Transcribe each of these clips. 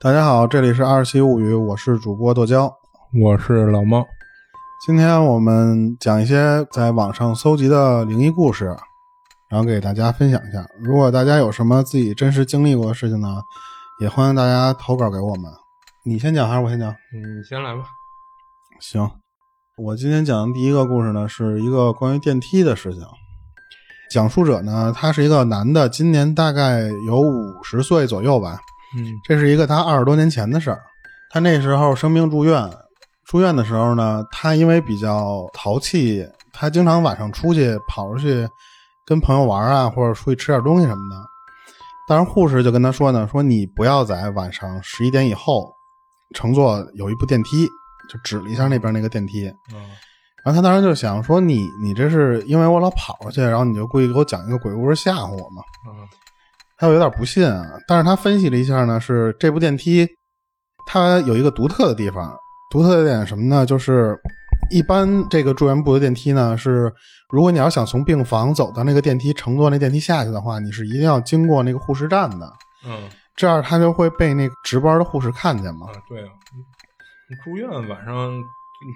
大家好，这里是《二七物语》，我是主播剁椒。我是老猫。今天我们讲一些在网上搜集的灵异故事，然后给大家分享一下。如果大家有什么自己真实经历过的事情呢，也欢迎大家投稿给我们。你先讲还是我先讲？嗯你先来吧。行，我今天讲的第一个故事呢，是一个关于电梯的事情。讲述者呢，他是一个男的，今年大概有五十岁左右吧。嗯这是一个他二十多年前的事儿。他那时候生病住院，住院的时候呢，他因为比较淘气，他经常晚上出去跑出去跟朋友玩啊，或者出去吃点东西什么的。当时护士就跟他说呢，说你不要在晚上十一点以后乘坐有一部电梯，就指了一下那边那个电梯。嗯然后他当时就想说你你这是因为我老跑出去，然后你就故意给我讲一个鬼故事吓唬我嘛。嗯他有点不信啊。但是他分析了一下呢，是这部电梯它有一个独特的地方，独特的点是什么呢？就是一般这个住院部的电梯呢，是如果你要想从病房走到那个电梯，乘坐那电梯下去的话，你是一定要经过那个护士站的，嗯这样他就会被那个值班的护士看见嘛。啊，对啊，你你住院晚上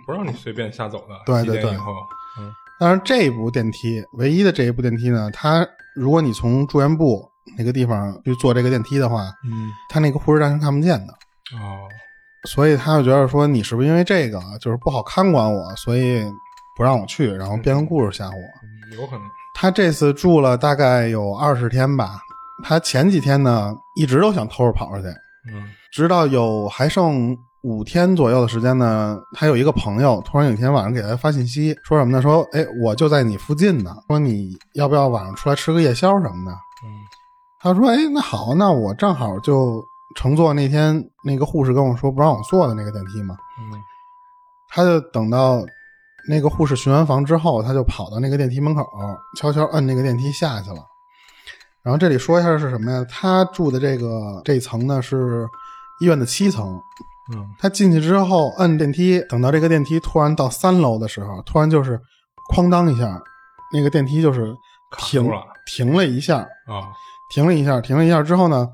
不让你随便瞎走的，对几对点对以后，嗯当然，这一部电梯唯一的这一部电梯呢，它如果你从住院部那个地方去坐这个电梯的话，嗯它那个护士站是看不见的。哦所以他就觉得说你是不是因为这个就是不好看管我，所以不让我去，然后编个故事吓唬我。嗯有可能，他这次住了大概有二十天吧，他前几天呢一直都想偷着跑出去，嗯直到有还剩五天左右的时间呢，他有一个朋友突然有一天晚上给他发信息，说什么呢？说哎，我就在你附近呢，说你要不要晚上出来吃个夜宵什么的？嗯他说：“哎，那好，那我正好就乘坐那天那个护士跟我说不让我坐的那个电梯嘛。”嗯他就等到那个护士巡完房之后，他就跑到那个电梯门口，悄悄摁那个电梯下去了。然后这里说一下是什么呀？他住的这个这层呢是医院的七层。嗯他进去之后摁电梯，等到这个电梯突然到三楼的时候，突然就是哐当一下，那个电梯就是停住了停了一下，啊停了一下，停了一下之后呢，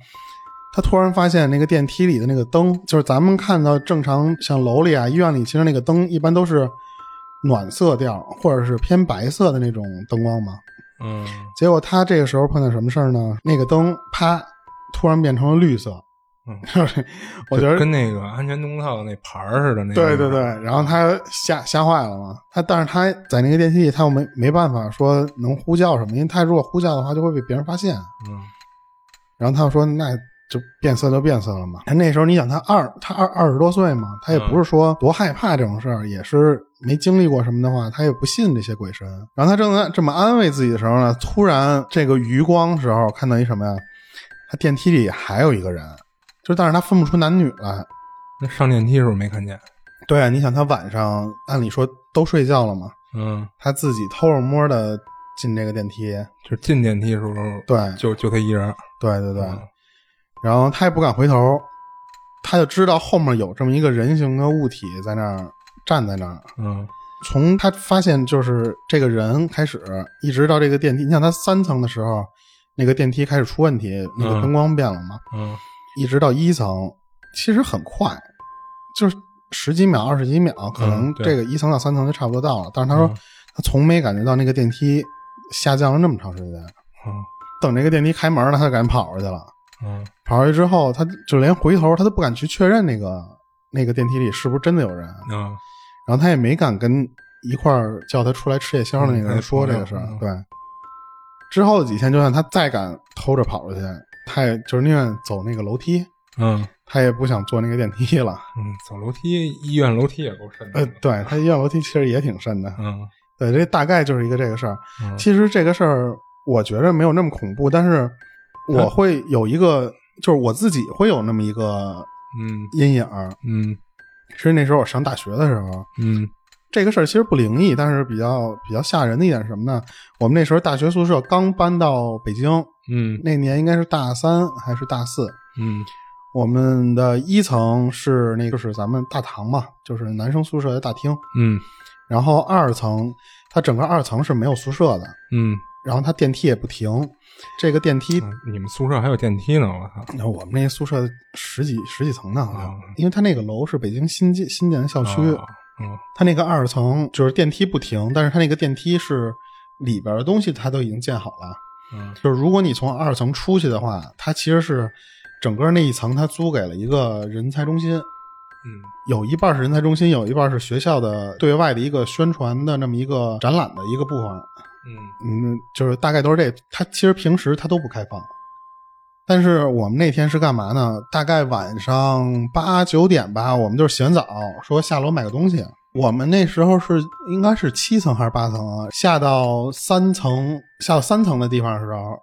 他突然发现那个电梯里的那个灯，就是咱们看到正常像楼里啊、医院里，其实那个灯一般都是暖色调或者是偏白色的那种灯光嘛。嗯结果他这个时候碰见什么事儿呢？那个灯啪突然变成了绿色，嗯， 我觉就得跟那个安全通道那牌儿似的，那个对对对，，然后他吓吓坏了嘛。他但是他在那个电梯里，他又没没办法说能呼叫什么，因为他如果呼叫的话就会被别人发现。啊嗯然后他就说那就变色就变色了嘛。那时候你想他二他二二十多岁嘛，他也嗯不是说多害怕这种事儿，也是没经历过什么的话，他也不信这些鬼神。然后他正在这么安慰自己的时候呢，突然这个余光时候看到一什么呀？他电梯里还有一个人，就但是他分不出男女来。那上电梯的时候没看见，对啊，你想他晚上按理说都睡觉了嘛，嗯，他自己偷着摸的进这个电梯。就是进电梯的时候，对就就他一人，对对对，嗯然后他也不敢回头，他就知道后面有这么一个人形的物体在那儿站在那儿。嗯从他发现就是这个人开始，一直到这个电梯，你想他三层的时候，那个电梯开始出问题，那个嗯灯光变了嘛，嗯一直到一层，其实很快，就是十几秒、二十几秒，可能嗯对这个一层到三层就差不多到了。但是他说、嗯他从没感觉到那个电梯下降了那么长时间，嗯等这个电梯开门了，他就赶紧跑出去了。嗯跑出去之后，他就连回头他都不敢去确认那个那个电梯里是不是真的有人，嗯然后他也没敢跟一块儿叫他出来吃夜宵的那个人说这个事儿。嗯嗯对，之后几天，就算他再敢偷着跑出去，他也就是宁愿走那个楼梯，嗯他也不想坐那个电梯了。嗯，走楼梯，医院楼梯也够深的呃，，对他医院楼梯其实也挺深的。嗯对，这大概就是一个这个事儿。嗯其实这个事儿我觉着没有那么恐怖，但是我嗯会有一个，就是我自己会有那么一个嗯阴影儿。嗯是那时候我上大学的时候，嗯这个事儿其实不灵异，但是比较比较吓人的一点是什么呢？我们那时候大学宿舍刚搬到北京，嗯那年应该是大三还是大四。嗯我们的一层是那个就是咱们大堂嘛，就是男生宿舍的大厅。嗯然后二层，它整个二层是没有宿舍的，嗯然后他电梯也不停，这个电梯嗯你们宿舍还有电梯呢，我操！那我们那宿舍十几十几层呢，好像啊，因为它那个楼是北京新建新建的校区，啊嗯它那个二层就是电梯不停，但是它那个电梯是里边的东西它都已经建好了，嗯就是如果你从二层出去的话，它其实是整个那一层它租给了一个人才中心，嗯有一半是人才中心，有一半是学校的对外的一个宣传的那么一个展览的一个部分，嗯嗯，就是大概都是这。它其实平时它都不开放，但是我们那天是干嘛呢？大概晚上八九点吧，我们就是洗完澡，说下楼买个东西。我们那时候是应该是七层还是八层啊？下到三层，下到三层的地方的时候，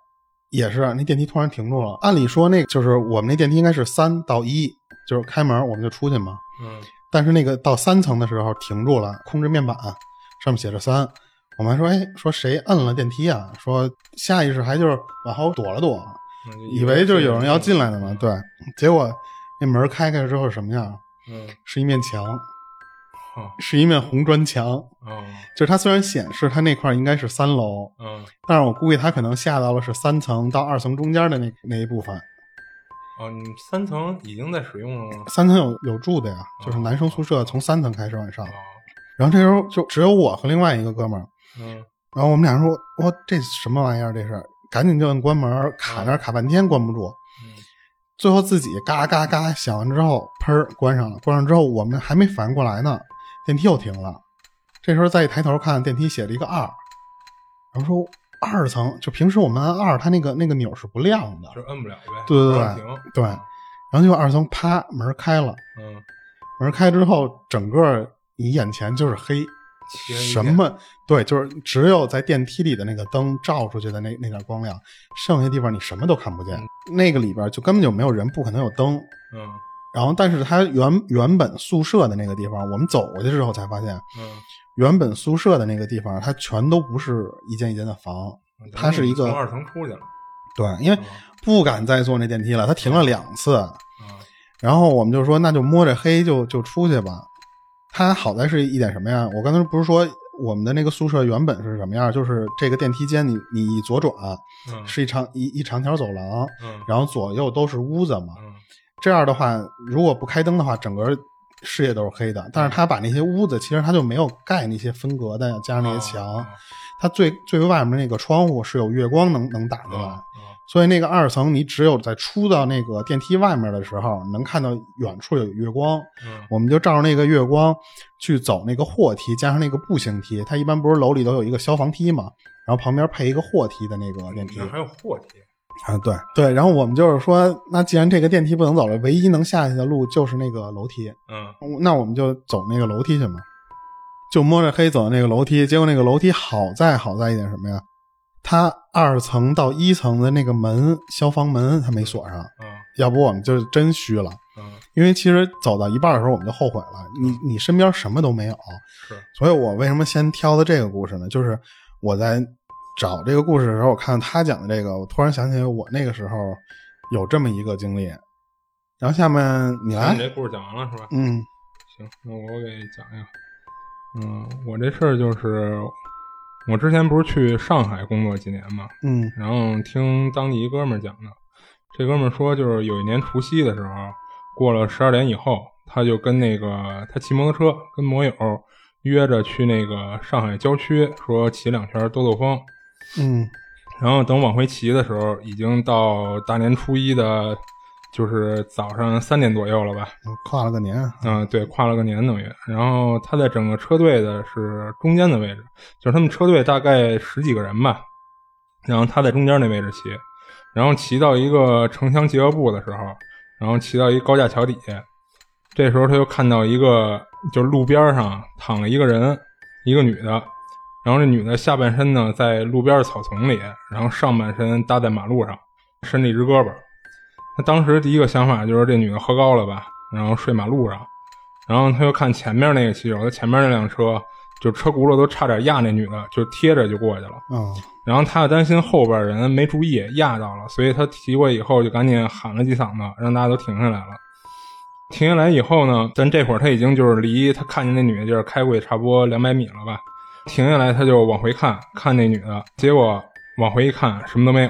也是那电梯突然停住了。按理说，那就是我们那电梯应该是三到一，就是开门我们就出去嘛。嗯但是那个到三层的时候停住了，控制面板上面写着三。我们还说，哎，说谁摁了电梯啊？说下意识还就是往后躲了躲，嗯，以为就是有人要进来的嘛。对，结果那门开开了之后是什么样？嗯是一面墙，啊是一面红砖墙。啊就是它虽然显示它那块应该是三楼，嗯但是我估计它可能下到了是三层到二层中间的那那一部分。哦，你们三层已经在使用了吗？三层有有住的呀，就是男生宿舍从三层开始往上啊。然后这时候就只有我和另外一个哥们儿，嗯然后我们俩说：“哇，这什么玩意儿？这是！”赶紧就摁关门，卡那儿卡半天关不住，嗯最后自己嘎嘎嘎响完之后，砰儿关上了。关上之后，我们还没反应过来呢，电梯又停了。这时候再一抬头看，电梯写了一个二，然后说二层，就平时我们按二，它那个那个钮是不亮的就，是摁不了呗，对对对不让停，对。然后就二层啪门开了，嗯，门开之后，整个你眼前就是黑，其实一什点？么？对，就是只有在电梯里的那个灯照出去的那那点光亮，剩下地方你什么都看不见。那个里边就根本就没有人，不可能有灯。嗯然后，但是它原原本宿舍的那个地方，我们走过去之后才发现，嗯，原本宿舍的那个地方，它全都不是一间一间的房。嗯它是一个从二层出去了，对，因为嗯不敢再坐那电梯了，它停了两次。嗯然后我们就说，那就摸着黑就就出去吧。它好在是一点什么呀？我刚才不是说我们的那个宿舍原本是什么样？就是这个电梯间你，你一左转嗯是一长一一长条走廊，嗯然后左右都是屋子嘛。嗯这样的话，如果不开灯的话，整个视野都是黑的。但是它把那些屋子，其实它就没有盖那些分隔的，加上那些墙，啊它最最外面那个窗户是有月光能能打进来。啊所以那个二层，你只有在出到那个电梯外面的时候，能看到远处有月光。嗯我们就照着那个月光去走那个货梯，加上那个步行梯。它一般不是楼里都有一个消防梯嘛，然后旁边配一个货梯的那个电嗯，梯那还有货梯，啊，对对。然后我们就是说，那既然这个电梯不能走了，唯一能下去的路就是那个楼梯，嗯那我们就走那个楼梯去嘛。就摸着黑走那个楼梯，结果那个楼梯好在好在一点什么呀？它二层到一层的那个门，消防门它没锁上，嗯要不我们就真虚了。嗯因为其实走到一半的时候我们就后悔了，你你身边什么都没有，是，所以我为什么先挑的这个故事呢？就是我在找这个故事的时候，我看到他讲的这个，我突然想起我那个时候有这么一个经历。然后下面你那来你，这故事讲完了是吧？嗯行，那我给讲一个。嗯，我这事儿就是，我之前不是去上海工作几年嘛，嗯然后听当地一哥们儿讲的，这哥们儿说，就是有一年除夕的时候，过了十二点以后，他就跟那个他骑摩托车跟摩友约着去那个上海郊区，说骑两圈兜兜风。嗯然后等往回骑的时候，已经到大年初一的，就是早上三点左右了吧。我呃跨了个年，啊嗯，对，跨了个年等于。然后他在整个车队的是中间的位置，就是他们车队大概十几个人吧，然后他在中间那位置骑，然后骑到一个城乡结合部的时候，然后骑到一高架桥底下，这时候他就看到一个就是路边上躺了一个人，一个女的，然后这女的下半身呢在路边的草丛里，然后上半身搭在马路上，伸了一只胳膊。他当时第一个想法就是这女的喝高了吧，然后睡马路上，然后他又看前面那个骑手，他前面那辆车就车轱辘都差点压那女的，就贴着就过去了。嗯然后他又担心后边人没注意压到了，所以他提过以后就赶紧喊了几嗓子，让大家都停下来了。停下来以后呢，但这会儿他已经就是离他看见那女的地儿开过去差不多两百米了吧。停下来，他就往回看，看那女的，结果往回一看，什么都没有。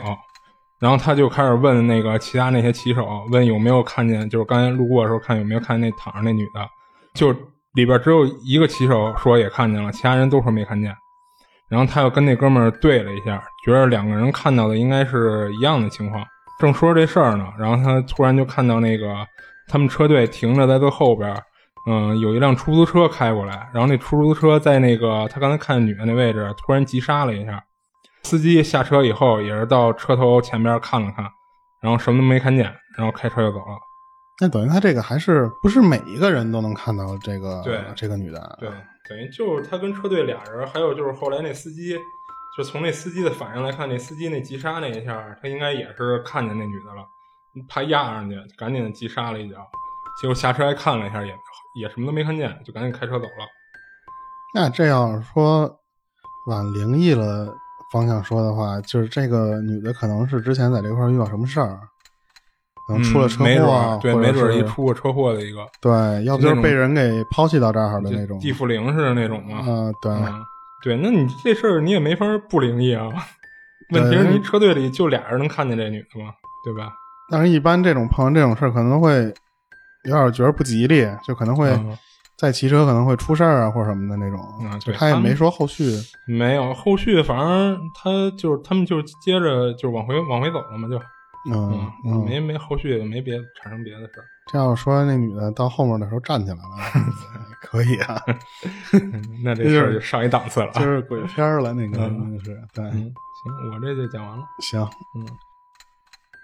然后他就开始问那个其他那些骑手，问有没有看见，就是刚才路过的时候看有没有看见那躺着那女的，就里边只有一个骑手说也看见了，其他人都说没看见。然后他又跟那哥们儿对了一下，觉得两个人看到的应该是一样的情况。正说着这事儿呢，然后他突然就看到那个他们车队停着在最后边儿，嗯，有一辆出租车开过来，然后那出租车在那个他刚才看女的那位置突然急刹了一下，司机下车以后也是到车头前边看了看，然后什么都没看见，然后开车就走了。那等于他这个还是不是每一个人都能看到这个对这个女的？啊对，等于就是他跟车队俩人，还有就是后来那司机，就从那司机的反应来看，那司机那急刹那一下，他应该也是看见那女的了，怕压上去，赶紧急刹了一脚，结果下车还看了一下，也也什么都没看见，就赶紧开车走了。那这要是说往灵异了方向说的话，就是这个女的可能是之前在这块儿遇到什么事儿，可能出了车嗯没准祸儿啊，对，或者没准儿是一出过车祸的一个对，要不就是被人给抛弃到这儿的那种就地缚灵似的那种嘛。啊、对，嗯，对，那你这事儿你也没法儿不灵异啊。问题是你车队里就俩人能看见这女的吗？对吧？但是一般这种碰上这种事儿，可能会有点觉得不吉利，就可能会嗯在骑车可能会出事儿啊，或者什么的那种。嗯就对他也他们没说后续，没有，后续反正他就是他们就是接着就往回往回走了嘛，就嗯嗯，没没后续也没别产生别的事儿。这要说那女的到后面的时候站起来 了，可以 啊，那这事儿就上一档次了啊。就是鬼片儿了，那个嗯那是对，嗯，行，我这就讲完了。行，嗯，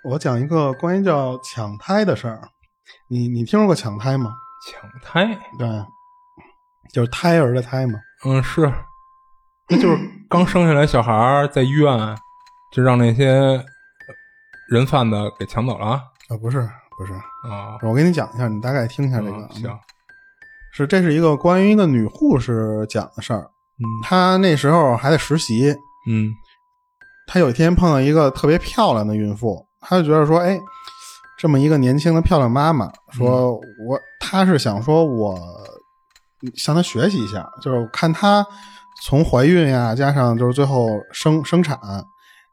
我讲一个关于叫抢胎的事儿，你你听说过抢胎吗？抢胎，对，就是胎儿的胎嘛。嗯，是，那就是刚生下来小孩儿在医院就让那些人贩子给抢走了啊。啊，不是不是，啊我给你讲一下，你大概听一下这个。啊嗯行，，是这是一个关于一个女护士讲的事儿。嗯她那时候还在实习，嗯她有一天碰到一个特别漂亮的孕妇，她就觉得说，哎，这么一个年轻的漂亮妈妈，说我她是想说我嗯向她学习一下，就是看她从怀孕呀、加上就是最后生生产。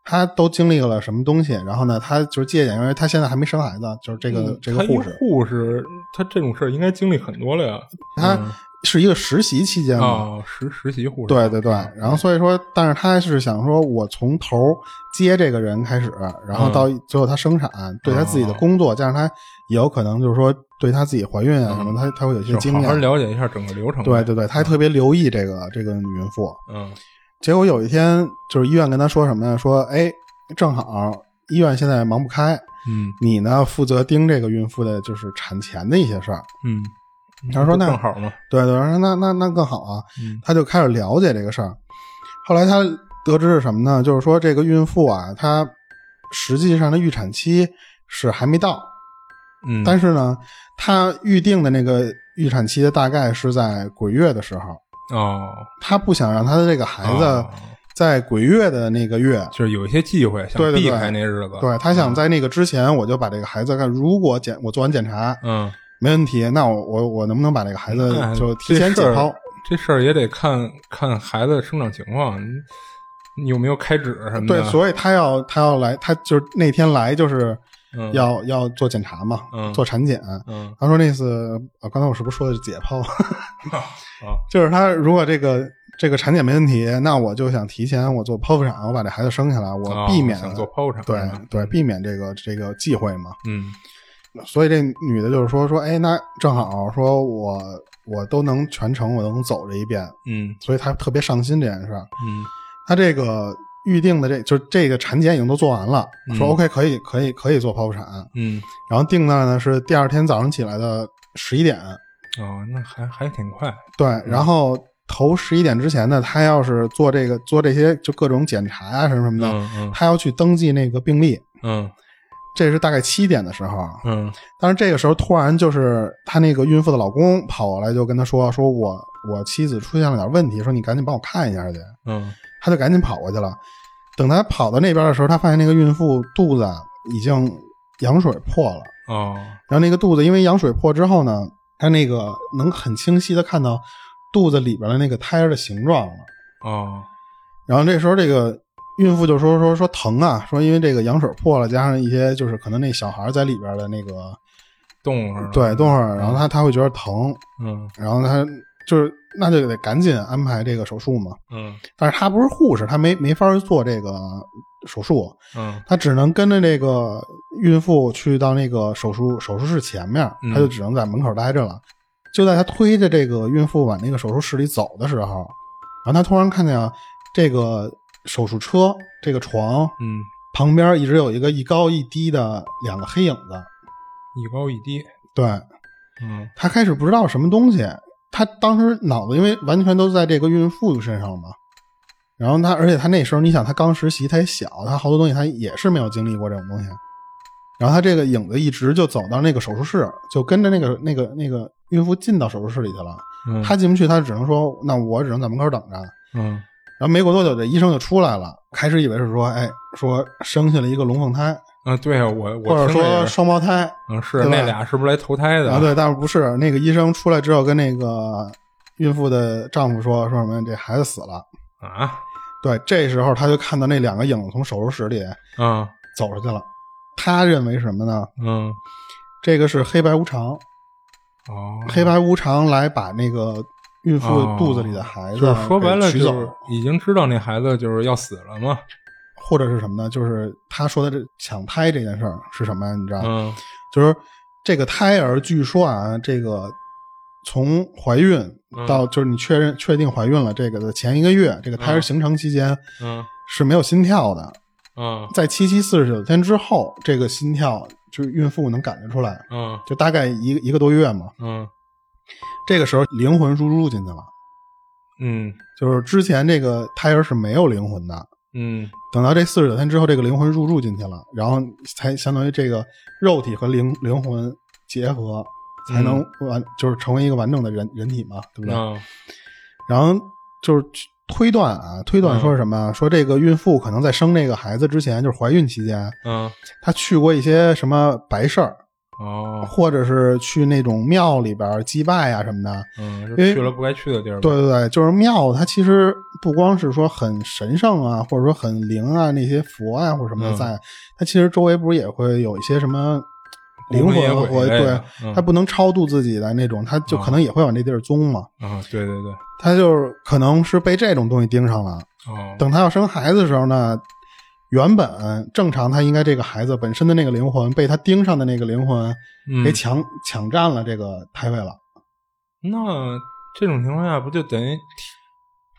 她都经历了什么东西？然后呢，她就是借鉴，因为她现在还没生孩子，就是这个、这个嗯他一护士，护士，他这种事儿应该经历很多了呀。她是一个实习期间嗯嘛，啊，实实习护士，对对对，啊然后所以说，但是他是想说，我从头接这个人开始，然后到嗯最后他生产，对他自哦己的工作，加上他也有可能就是说对他自己怀孕啊什么，他他会有一些嗯就经好好嗯验。了解一下整个流程。对对对，他还特别留意这个这个女孕妇。嗯结果有一天，就是医院跟他说什么呀？说哎，正好医院现在忙不开，嗯你呢负责盯这个孕妇的就是产前的一些事儿。嗯，他说不那正好嘛，对对，然后那那那更好啊。嗯他就开始了解这个事儿。后来他得知是什么呢？就是说这个孕妇啊，她实际上的预产期是还没到，嗯，但是呢，她预定的那个预产期大概是在鬼月的时候。哦，她不想让她的这个孩子哦在鬼月的那个月，就是啊有一些忌讳，想对对避对开那日子。对她想在那个之前，我就把这个孩子看，如果检我做完检查嗯，没问题，那我我我能不能把这个孩子那就提前解 这事儿剖？这事儿也得看看孩子的生长情况，你你有没有开指什么对，的。所以她要她要来，她就是那天来就是嗯要要做检查嘛，嗯做产检。嗯他说那次，啊，刚才我是不是说的是解剖？ 啊就是他如果这个这个产检没问题，那我就想提前我做剖腹产，我把这孩子生下来，我哦避免、想做剖产。对嗯对，避免这个这个忌讳嘛。嗯所以这女的就是说说，哎，那正好说我我都能全程我都能走这一遍，嗯所以她特别上心这件事儿。嗯她这个预定的这就是这个产检已经都做完了，说嗯 OK 可以可以可以做剖腹产，嗯，然后定那呢是第二天早上起来的十一点，哦，那还还挺快。对，然后头十一点之前呢，他要是做这个做这些就各种检查啊什么什么的，嗯嗯他要去登记那个病历，嗯这是大概七点的时候。嗯但是这个时候突然就是他那个孕妇的老公跑过来就跟他说，说我我妻子出现了点问题，说你赶紧帮我看一下去。嗯他就赶紧跑过去了。等他跑到那边的时候，他发现那个孕妇肚子啊已经羊水破了。哦然后那个肚子因为羊水破之后呢，它那个能很清晰的看到肚子里边的那个胎儿的形状了。哦然后这时候这个孕妇就说说说疼啊，说因为这个羊水破了，加上一些就是可能那小孩在里边的那个动会儿，对动会儿，然后他他会觉得疼，嗯然后他就是那就得赶紧安排这个手术嘛。嗯但是他不是护士，他没没法做这个手术，嗯他只能跟着这个孕妇去到那个手术手术室前面，嗯他就只能在门口待着了。就在他推着这个孕妇往那个手术室里走的时候，然后他突然看见啊，这个手术车这个床嗯，旁边一直有一个一高一低的两个黑影子。一高一低，对嗯他开始不知道什么东西，他当时脑子因为完全都在这个孕妇身上嘛。然后他，而且他那时候，你想他刚实习，他也小，他好多东西他也是没有经历过这种东西。然后他这个影子一直就走到那个手术室，就跟着那个那个那个孕妇进到手术室里去了。嗯，他进不去，他只能说：“那我只能在门口等着。”嗯然后没过多久，这医生就出来了，开始以为是说：“哎，说生下了一个龙凤胎，啊，对啊，我或我者听着也说是双胞胎。”嗯是对吧那俩是不是来投胎的啊，？对，但是不是那个医生出来之后跟那个孕妇的丈夫说说什么这孩子死了。啊对，这时候他就看到那两个影子从手术室里啊走出去了。他认为什么呢？嗯这个是黑白无常，哦，黑白无常来把那个孕妇肚子里的孩子、就是说白了，取就走，是已经知道那孩子就是要死了嘛。或者是什么呢？就是他说的这抢胎这件事儿是什么呀？你知道吗？嗯就是这个胎儿，据说啊，这个从怀孕到就是你确认确定怀孕了，这个的前一个月，这个胎儿嗯形成期间嗯是没有心跳的，嗯在七七四十九天之后，这个心跳就是孕妇能感觉出来，嗯就大概一个一个多月嘛。嗯这个时候灵魂输入进去了，嗯就是之前这个胎儿是没有灵魂的。嗯等到这四十九天之后，这个灵魂入住进去了，然后才相当于这个肉体和灵灵魂结合，才能完、就是成为一个完整的人人体嘛，对不对？嗯然后就是推断啊，推断说什么啊、说这个孕妇可能在生这个孩子之前，就是怀孕期间，嗯她去过一些什么白事儿，哦或者是去那种庙里边儿祭拜啊什么的。嗯，就因为去了不该去的地儿。对，对对，就是庙，它其实不光是说很神圣啊，或者说很灵啊，那些佛啊或者什么的嗯在，它其实周围不是也会有一些什么灵孤魂野魂鬼和之类对的，嗯它不能超度自己的那种，它就可能也会往这地儿宗嘛。啊，对对对，它就是可能是被这种东西盯上了。哦，等它要生孩子的时候呢，原本正常它应该这个孩子本身的那个灵魂被它盯上的那个灵魂嗯给抢、抢占了这个胎位了。那这种情况下不就等于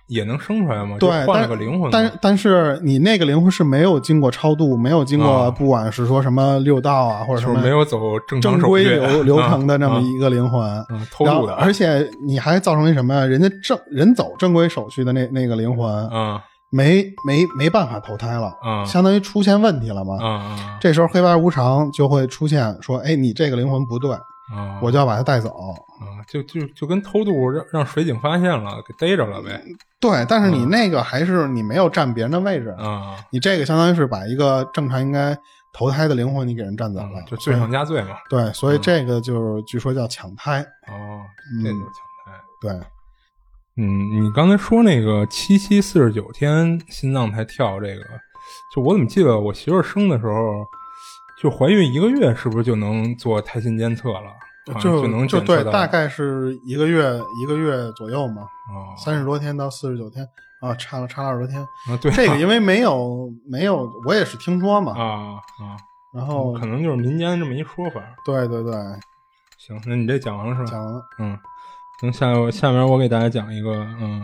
也能生出来吗？对就，换了个灵魂嘛。但是但是你那个灵魂是没有经过超度，没有经过啊不管是说什么六道啊，或者什就是么没有走正常正手规续流流程的这么啊一个灵魂，嗯偷然后渡的，而且你还造成一什么呀？人家正人走正规手续的那那个灵魂，啊没没没办法投胎了，啊相当于出现问题了嘛。啊啊这时候黑白无常就会出现，说：“哎，你这个灵魂不对，啊！我就要把它带走。啊，就就就跟偷渡让让水警发现了，给逮着了呗。对，但是你那个还是你没有占别人的位置，啊，你这个相当于是把一个正常应该投胎的灵魂你给人占走了，嗯就罪上加罪嘛。对，所以这个就是据说叫抢胎，哦，嗯这就是抢滩。对，嗯，你刚才说那个七七四十九天心脏才跳这个，就我怎么记得我媳妇儿生的时候，就怀孕一个月，是不是就能做胎心监测了？好像就能就检测对，到大概是一个月一个月左右嘛，哦，三十多天到四十九天啊，差了差了二十多 天。啊对啊这个因为没有没有，我也是听说嘛，啊啊，然后可能就是民间这么一说法。对对对，嗯行，那你这讲完了是吧？讲完啊了，嗯，行，下下面我给大家讲一个，嗯，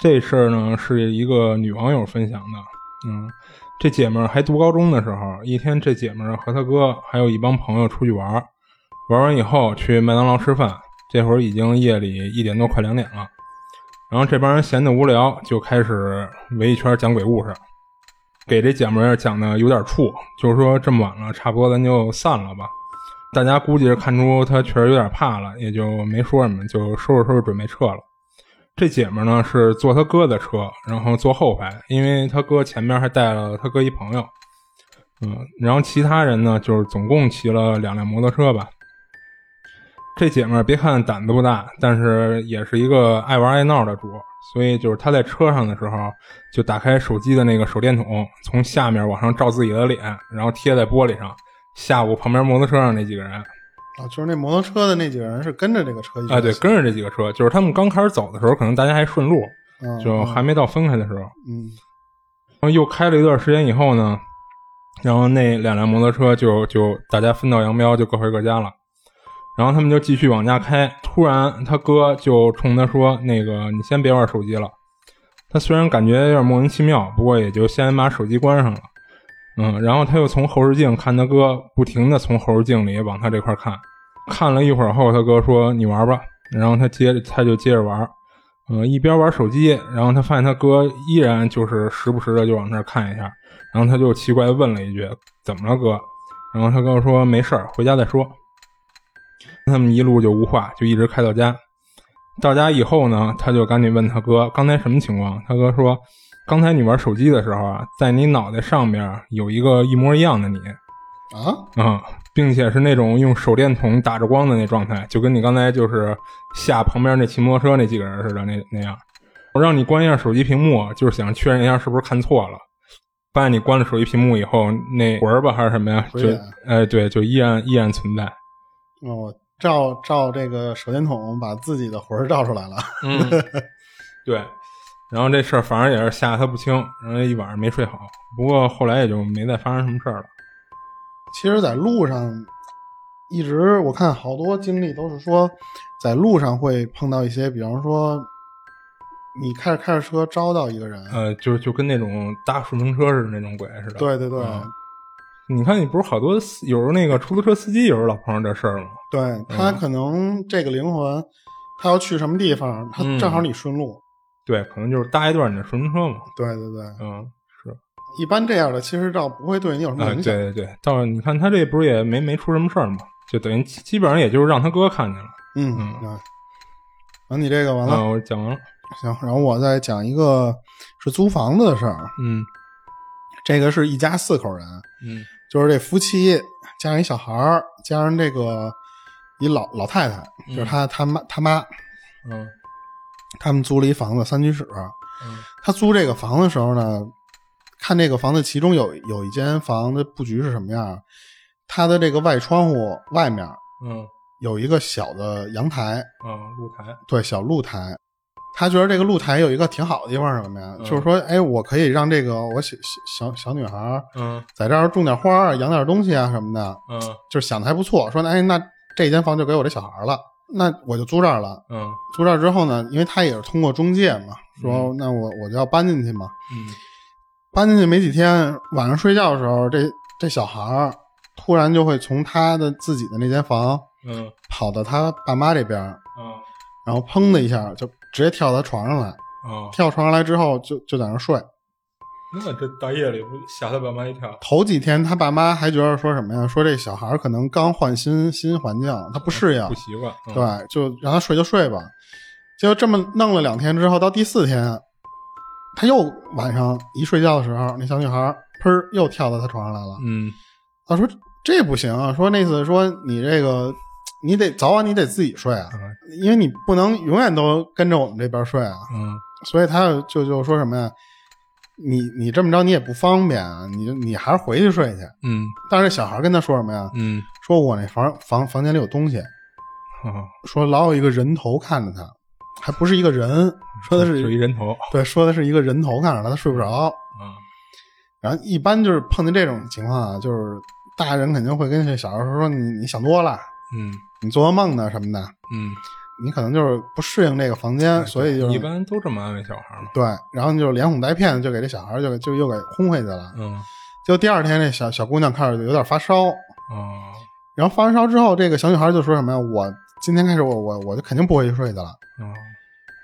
这事儿呢是一个女网友分享的，嗯，这姐们儿还读高中的时候，一天这姐们儿和她哥还有一帮朋友出去玩儿，玩完以后去麦当劳吃饭，这会儿已经夜里一点多快两点了，然后这帮人闲得无聊，就开始围一圈讲鬼故事。给这姐们儿讲的有点怵，就是说这么晚了，差不多咱就散了吧。大家估计是看出她确实有点怕了，也就没说什么，就收拾收拾准备撤了。这姐们儿呢是坐她哥的车，然后坐后排，因为她哥前面还带了她哥一朋友，嗯，然后其他人呢就是总共骑了两辆摩托车吧。这姐们儿别看胆子不大，但是也是一个爱玩爱闹的主儿，所以就是他在车上的时候，就打开手机的那个手电筒，从下面往上照自己的脸，然后贴在玻璃上，吓唬旁边摩托车上那几个人。啊，就是那摩托车的那几个人是跟着这个车一起啊，对，跟着这几个车，就是他们刚开始走的时候，可能大家还顺路，嗯就还没到分开的时候。嗯然后又开了一段时间以后呢，然后那两辆摩托车就就大家分道扬镳，就各回各家了。然后他们就继续往家开，突然他哥就冲他说：“那个，你先别玩手机了。”他虽然感觉有点莫名其妙，不过也就先把手机关上了。嗯，然后他又从后视镜看他哥，不停的从后视镜里往他这块看，看了一会儿后，他哥说：“你玩吧。”然后他接着他就接着玩，呃，一边玩手机，然后他发现他哥依然就是时不时的就往那儿看一下，然后他就奇怪地问了一句：“怎么了，哥？”然后他哥说：“没事儿，回家再说。”他们一路就无话，就一直开到家。到家以后呢，他就赶紧问他哥：“刚才什么情况？”他哥说：“刚才你玩手机的时候啊，在你脑袋上面有一个一模一样的你，啊，嗯，并且是那种用手电筒打着光的那状态，就跟你刚才就是下旁边那骑摩托车那几个人似的那那样。我让你关一下手机屏幕，就是想确认一下是不是看错了。发现你关了手机屏幕以后，那魂儿吧还是什么呀，回就眼哎对，就依然依然存在。那我照照这个手电筒把自己的魂儿 照出来了。嗯， 对。然后这事儿反正也是吓得他不轻，然后一晚上没睡好。不过后来也就没再发生什么事儿了。其实，在路上一直我看好多经历都是说，在路上会碰到一些，比方说你开着开着车招到一个人，呃，就就跟那种搭顺风车似的那种鬼似的。对对对、嗯你看，你不是好多司有时候那个出租车司机有时候老碰上这事儿吗？嗯对，他可能这个灵魂，他要去什么地方，他嗯正好你顺路，对，可能就是搭一段你的顺风车嘛。对对对，嗯，一般这样的其实倒不会对你有什啊、么影响，对对对，到你看他这不是也没没出什么事儿嘛，就等于基基本上也就是让他哥看见了。嗯嗯对。然后你这个完啊、了，我讲完了。行，然后我再讲一个是租房子的事儿，嗯这个是一家四口人，嗯就是这夫妻加上一小孩儿，加上这个一老老太太，嗯就是他他妈他妈，嗯他们租了一房子三居室。嗯他租这个房子的时候呢，看这个房子其中有有一间房的布局是什么样，它的这个外窗户外面嗯有一个小的阳台，啊，露台。对，小露台。他觉得这个露台有一个挺好的地方是什么呀？嗯就是说，哎，我可以让这个我小小小小女孩儿嗯在这儿种点花儿，养点东西啊什么的。嗯就是想的还不错，说哎，那这间房就给我这小孩了，那我就租这儿了。嗯租这儿之后呢，因为他也是通过中介嘛，说、那我我就要搬进去嘛。嗯搬进去没几天，晚上睡觉的时候，这这小孩儿突然就会从他的自己的那间房嗯跑到他爸妈这边儿，啊然后砰的一下就直接跳到他床上来，啊，跳床上来之后就就在那儿睡。那这大夜里不吓他爸妈一跳？头几天他爸妈还觉得说什么呀？说这小孩儿可能刚换新新环境，他不适应不，习惯。嗯、对，就让他睡就睡吧。结果这么弄了两天之后，到第四天，他又晚上一睡觉的时候，那小女孩儿砰儿又跳到他床上来了。嗯他说这不行啊，说那次说你这个你得早晚你得自己睡啊，嗯因为你不能永远都跟着我们这边睡啊。嗯所以他就就说什么呀？你你这么着你也不方便啊，你就你还是回去睡去。嗯但是这小孩儿跟他说什么呀？嗯说我那房房房间里有东西，啊，说老有一个人头看着他，还不是一个人，说的嗯就是一人头。对，说的是一个人头看着他，他睡不着。啊然后一般就是碰见这种情况啊，就是大人肯定会跟这小孩说说你你想多了，嗯你做噩梦呢什么的，嗯，你可能就是不适应这个房间，所以就是一般都这么安慰小孩儿嘛。对，然后就连哄带骗地就给这小孩就给就又给轰回去了。嗯就第二天这小小姑娘开始就有点发烧，啊然后发完烧之后，这个小女孩就说什么呀？我今天开始我我我就肯定不回去睡去了。啊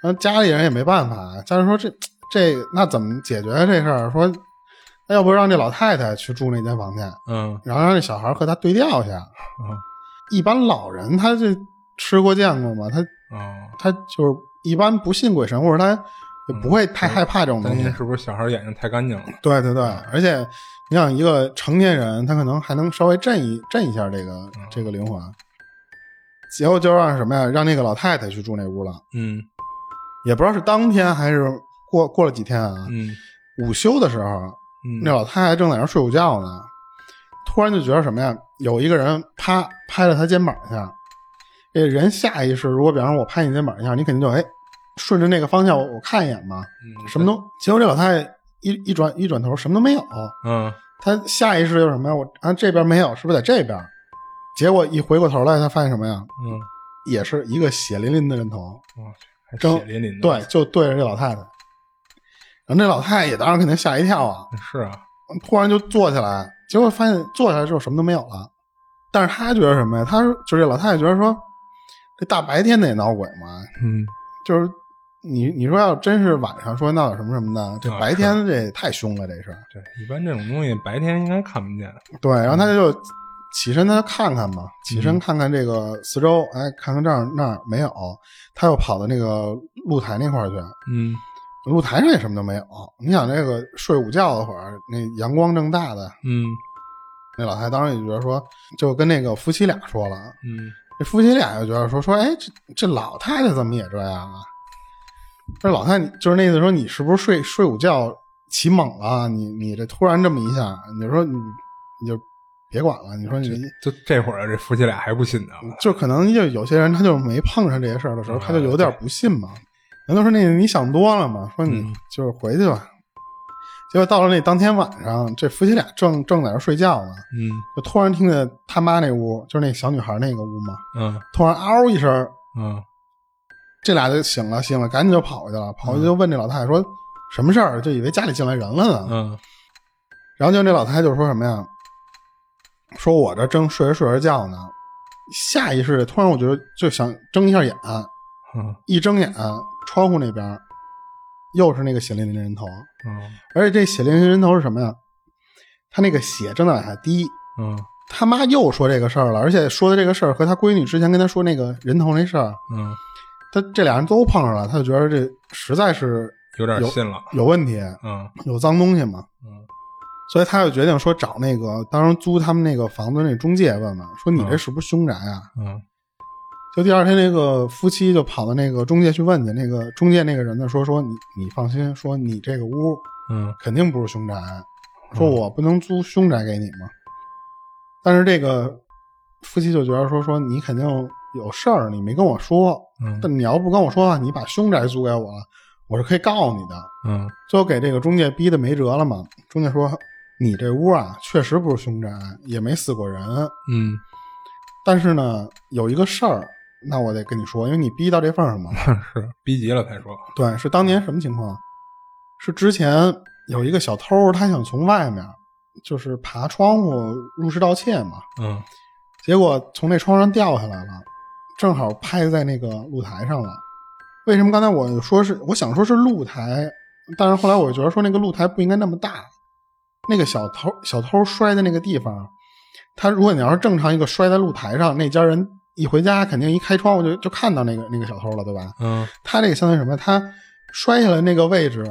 然后家里人也没办法，啊家人说这这那怎么解决啊这事儿？说那要不让这老太太去住那间房间，嗯然后让这小孩和他对调一下。嗯一般老人他这吃过见过嘛，他啊，他就是一般不信鬼神，或者他也不会太害怕这种东嗯担西。心嗯是不是小孩眼睛太干净了？对对对，而且你想一个成年人，他可能还能稍微震一震一下这个嗯这个灵魂。结果就让什么呀？让那个老太太去住那屋了。嗯也不知道是当天还是过过了几天啊。嗯午休的时候，嗯，那老太太正在那儿睡午觉呢，突然就觉得什么呀？有一个人啪拍了她肩膀一下，这人下意识，如果比方说我拍你肩膀一下，你肯定就哎顺着那个方向我我看一眼嘛，嗯什么都。结果这老太太一一转一转头，什么都没有。嗯她下意识就是什么呀？我啊这边没有，是不是在这边？结果一回过头来，她发现什么呀？嗯，也是一个血淋淋的人头，还正血淋淋的，对，就对着这老太太。然后那老太太也当时肯定吓一跳啊，是啊，突然就坐起来，结果发现坐下来之后什么都没有了。但是她觉得什么呀？她说就是这老太太觉得说，这大白天的也闹鬼嘛，嗯，就是你你说要真是晚上说闹点什么什么的，这啊白是天这也太凶了，这是。对，一般这种东西白天应该看不见，对，然后他就起身，他就看看嘛，起身看看这个四周，哎，看看这儿那儿没有，他又跑到那个露台那块儿去，嗯露台上也什么都没有。你想这个睡午觉的会儿，那阳光正大的，嗯那老太太当时也觉得说，就跟那个夫妻俩说了，嗯，这夫妻俩就觉得说说，哎，这这老太太怎么也这样啊？这老太太就是那意思说，你是不是睡睡午觉起猛了？啊你你这突然这么一下，你就说你你就别管了，你说你。就这会儿啊这夫妻俩还不信呢，就可能就有些人他就没碰上这些事儿的时候，啊他就有点不信嘛。人都说那你想多了嘛，说你嗯就是回去吧。结果到了那当天晚上，这夫妻俩正正在那儿睡觉呢，嗯就突然听见他妈那屋，就是那小女孩那个屋嘛，嗯突然嗷一声，嗯这俩就醒了，醒了赶紧就跑回去了，跑回去就问这老太太说什么事儿，就以为家里进来人了呢。嗯然后就那老太太就说什么呀？说我这正睡着睡着觉呢，下意识的突然我就就想睁一下眼，嗯一睁眼，窗户那边儿又是那个血淋淋的人头，嗯而且这血淋淋的人头是什么呀？他那个血正在往下滴。嗯他妈又说这个事儿了，而且说的这个事儿和他闺女之前跟他说那个人头那事儿，嗯，他这俩人都碰上了，他就觉得这实在是有点信了，有问题，嗯有脏东西嘛，嗯所以他就决定说找那个当时租他们那个房子那中介问问，说你这是不是凶宅啊？嗯就第二天，那个夫妻就跑到那个中介去问去，那个中介那个人呢说说你你放心，说你这个屋嗯肯定不是凶宅，说我不能租凶宅给你嘛。但是这个夫妻就觉得说说你肯定有事儿，你没跟我说，嗯但你要不跟我说的话，你把凶宅租给我了，我是可以告你的。嗯最后给这个中介逼得没辙了嘛，中介说你这屋啊确实不是凶宅，也没死过人，嗯，但是呢，有一个事儿，那我得跟你说，因为你逼到这份儿上嘛。是逼急了才说，对，是当年什么情况？是之前有一个小偷，他想从外面就是爬窗户入室盗窃嘛，嗯结果从那窗上掉下来了，正好拍在那个露台上了。为什么刚才我说是我想说是露台，但是后来我觉得说那个露台不应该那么大。那个小偷小偷摔的那个地方，他如果你要是正常一个摔在露台上，那家人一回家肯定一开窗户就就看到那个那个小偷了，对吧？嗯他这个相当于什么？他摔下来那个位置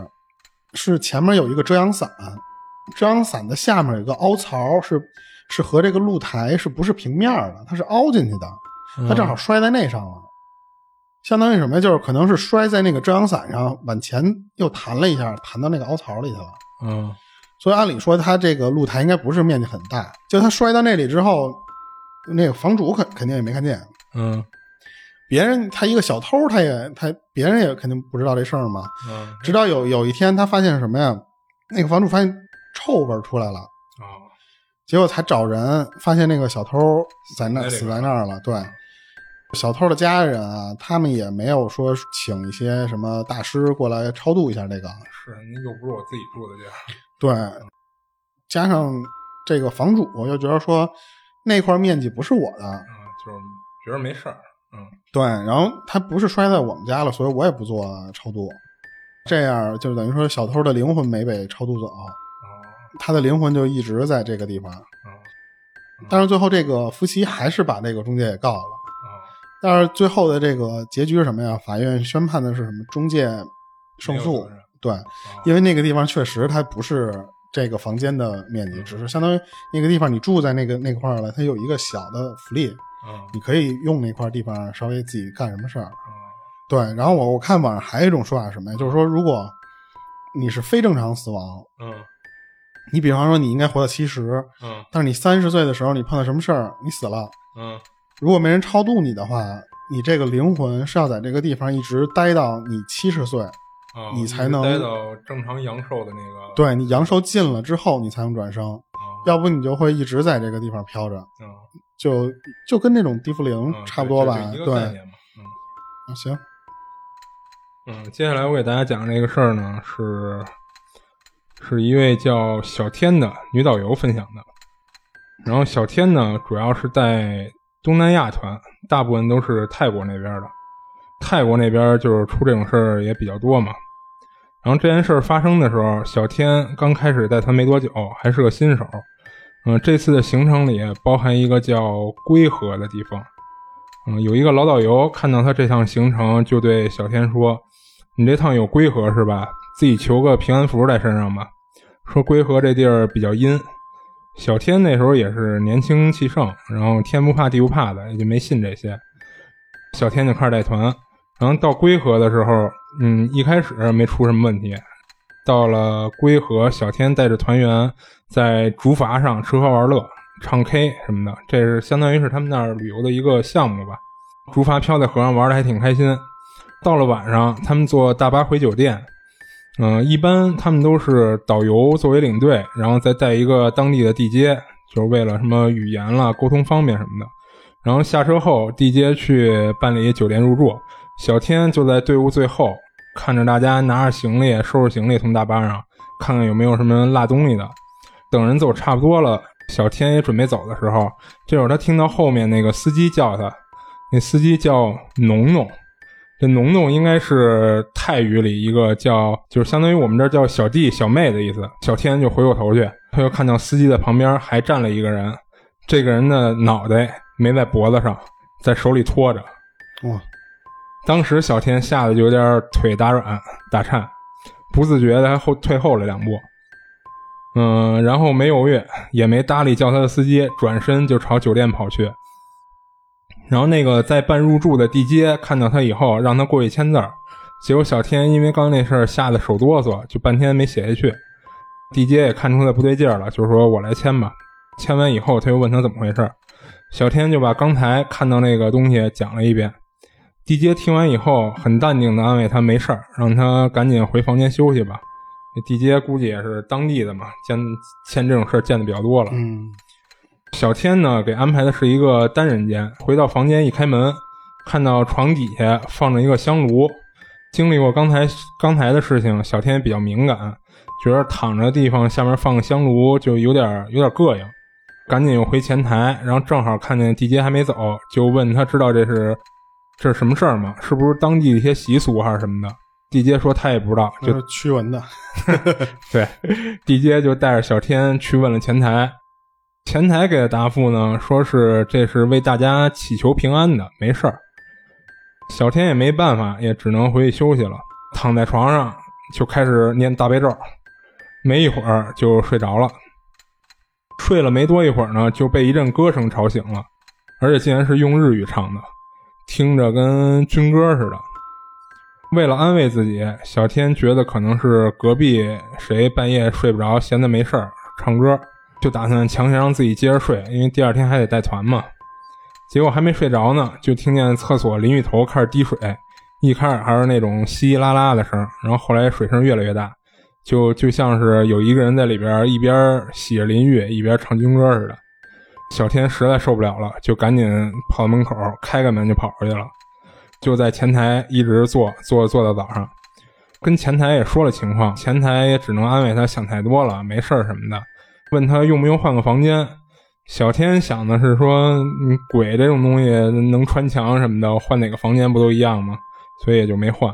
是前面有一个遮阳伞，遮阳伞的下面有一个凹槽，是是和这个露台是不是平面的？它是凹进去的，嗯他正好摔在那上了。相当于什么呀？就是可能是摔在那个遮阳伞上，往前又弹了一下，弹到那个凹槽里去了。嗯所以按理说，他这个露台应该不是面积很大。就他摔到那里之后，那个房主肯肯定也没看见，嗯别人他一个小偷，他也他别人也肯定不知道这事儿嘛。嗯直到有有一天，他发现什么呀？那个房主发现臭味儿出来了，哦结果才找人，发现那个小偷在那死死在在那儿了。对，小偷的家人啊，他们也没有说请一些什么大师过来超度一下这个。是，那又不是我自己住的地儿，对，加上这个房主又觉得说那块面积不是我的，嗯，就是觉得没事儿，嗯对，然后他不是摔在我们家了，所以我也不做超度，这样就等于说小偷的灵魂没被超度走，哦他的灵魂就一直在这个地方。哦但是最后这个夫妻还是把这个中介给告了，哦，但是最后的这个结局是什么呀？法院宣判的是什么？中介胜没有诉责任。对，哦因为那个地方确实它不是这个房间的面嗯积，只是相当于那个地方你住在那个那块儿了，它有一个小的福利，嗯你可以用那块地方稍微自己干什么事儿。嗯对，然后我我看网上还有一种说法是什么呀？就是说，如果你是非正常死亡，嗯你比方说你应该活到七十，嗯但是你三十岁的时候你碰到什么事儿，你死了，嗯如果没人超度你的话，你这个灵魂是要在这个地方一直待到你七十岁，啊，你一才直能待到正常阳寿的那个。对你阳寿尽了之后你才能转生，啊，要不你就会一直在这个地方飘着，嗯就就跟那种地缚灵嗯差不多对吧？就对啊一个概念嘛。嗯行，嗯，接下来我给大家讲这个事儿呢，是是一位叫小天的女导游分享的。然后小天呢，主要是带东南亚团，大部分都是泰国那边的。泰国那边就是出这种事儿也比较多嘛。然后这件事儿发生的时候，小天刚开始带团没多久，还是个新手。嗯，这次的行程里包含一个叫龟河的地方。嗯，有一个老导游看到他这趟行程，就对小天说：“你这趟有龟河是吧？自己求个平安符在身上吧。”说龟河这地儿比较阴。小天那时候也是年轻气盛，然后天不怕地不怕的，也就没信这些。小天就开始带团，然后到龟河的时候，嗯，一开始没出什么问题。到了龟河，小天带着团员在竹筏上吃喝玩乐、唱 K 什么的，这是相当于是他们那儿旅游的一个项目吧。竹筏漂在河上玩的还挺开心。到了晚上，他们坐大巴回酒店。嗯、一般他们都是导游作为领队，然后再带一个当地的地接，就是为了什么语言啦、沟通方便什么的。然后下车后，地接去办理酒店入住，小天就在队伍最后，看着大家拿着行李、收拾行李从大巴上，看看有没有什么落东西的。等人走差不多了，小天也准备走的时候，这会儿他听到后面那个司机叫他，那司机叫农农，这农农应该是泰语里一个叫，就是相当于我们这儿叫小弟、小妹的意思。小天就回过头去，他就看到司机的旁边还站了一个人，这个人的脑袋没在脖子上，在手里托着。哇，当时小天吓得就有点腿打软、打颤，不自觉的还后退后了两步。嗯，然后没犹豫，也没搭理叫他的司机，转身就朝酒店跑去。然后那个在办入住的地接看到他以后，让他过去签字儿。结果小天因为刚那事儿吓得手哆嗦，就半天没写下去。地接也看出他不对劲儿了，就说：“我来签吧。”签完以后，他又问他怎么回事儿，小天就把刚才看到那个东西讲了一遍。地接听完以后，很淡定的安慰他没事儿，让他赶紧回房间休息吧。那地接估计也是当地的嘛，见见这种事儿见的比较多了。嗯，小天呢，给安排的是一个单人间。回到房间一开门，看到床底下放着一个香炉。经历过刚才刚才的事情，小天比较敏感，觉得躺着的地方下面放个香炉就有点有点膈应，赶紧又回前台，然后正好看见地接还没走，就问他知道这是这是什么事儿吗？是不是当地的一些习俗还是什么的？地接说他也不知道，就就是驱蚊的， 对，地接就带着小天去问了前台，前台给的答复呢，说是这是为大家祈求平安的，没事儿。小天也没办法，也只能回去休息了，躺在床上就开始念大悲咒，没一会儿就睡着了。睡了没多一会儿呢，就被一阵歌声吵醒了，而且竟然是用日语唱的，听着跟军歌似的。为了安慰自己，小天觉得可能是隔壁谁半夜睡不着，闲的没事儿唱歌，就打算强行让自己接着睡，因为第二天还得带团嘛。结果还没睡着呢，就听见厕所淋浴头开始滴水，一开始还是那种稀稀拉拉的声儿，然后后来水声越来越大，就就像是有一个人在里边儿一边儿洗着淋浴一边儿唱军歌似的。小天实在受不了了，就赶紧跑到门口开开门就跑出去了。就在前台一直坐坐坐到早上，跟前台也说了情况，前台也只能安慰他想太多了，没事儿什么的，问他用不用换个房间。小天想的是说，嗯鬼这种东西能穿墙什么的，换哪个房间不都一样吗？所以也就没换，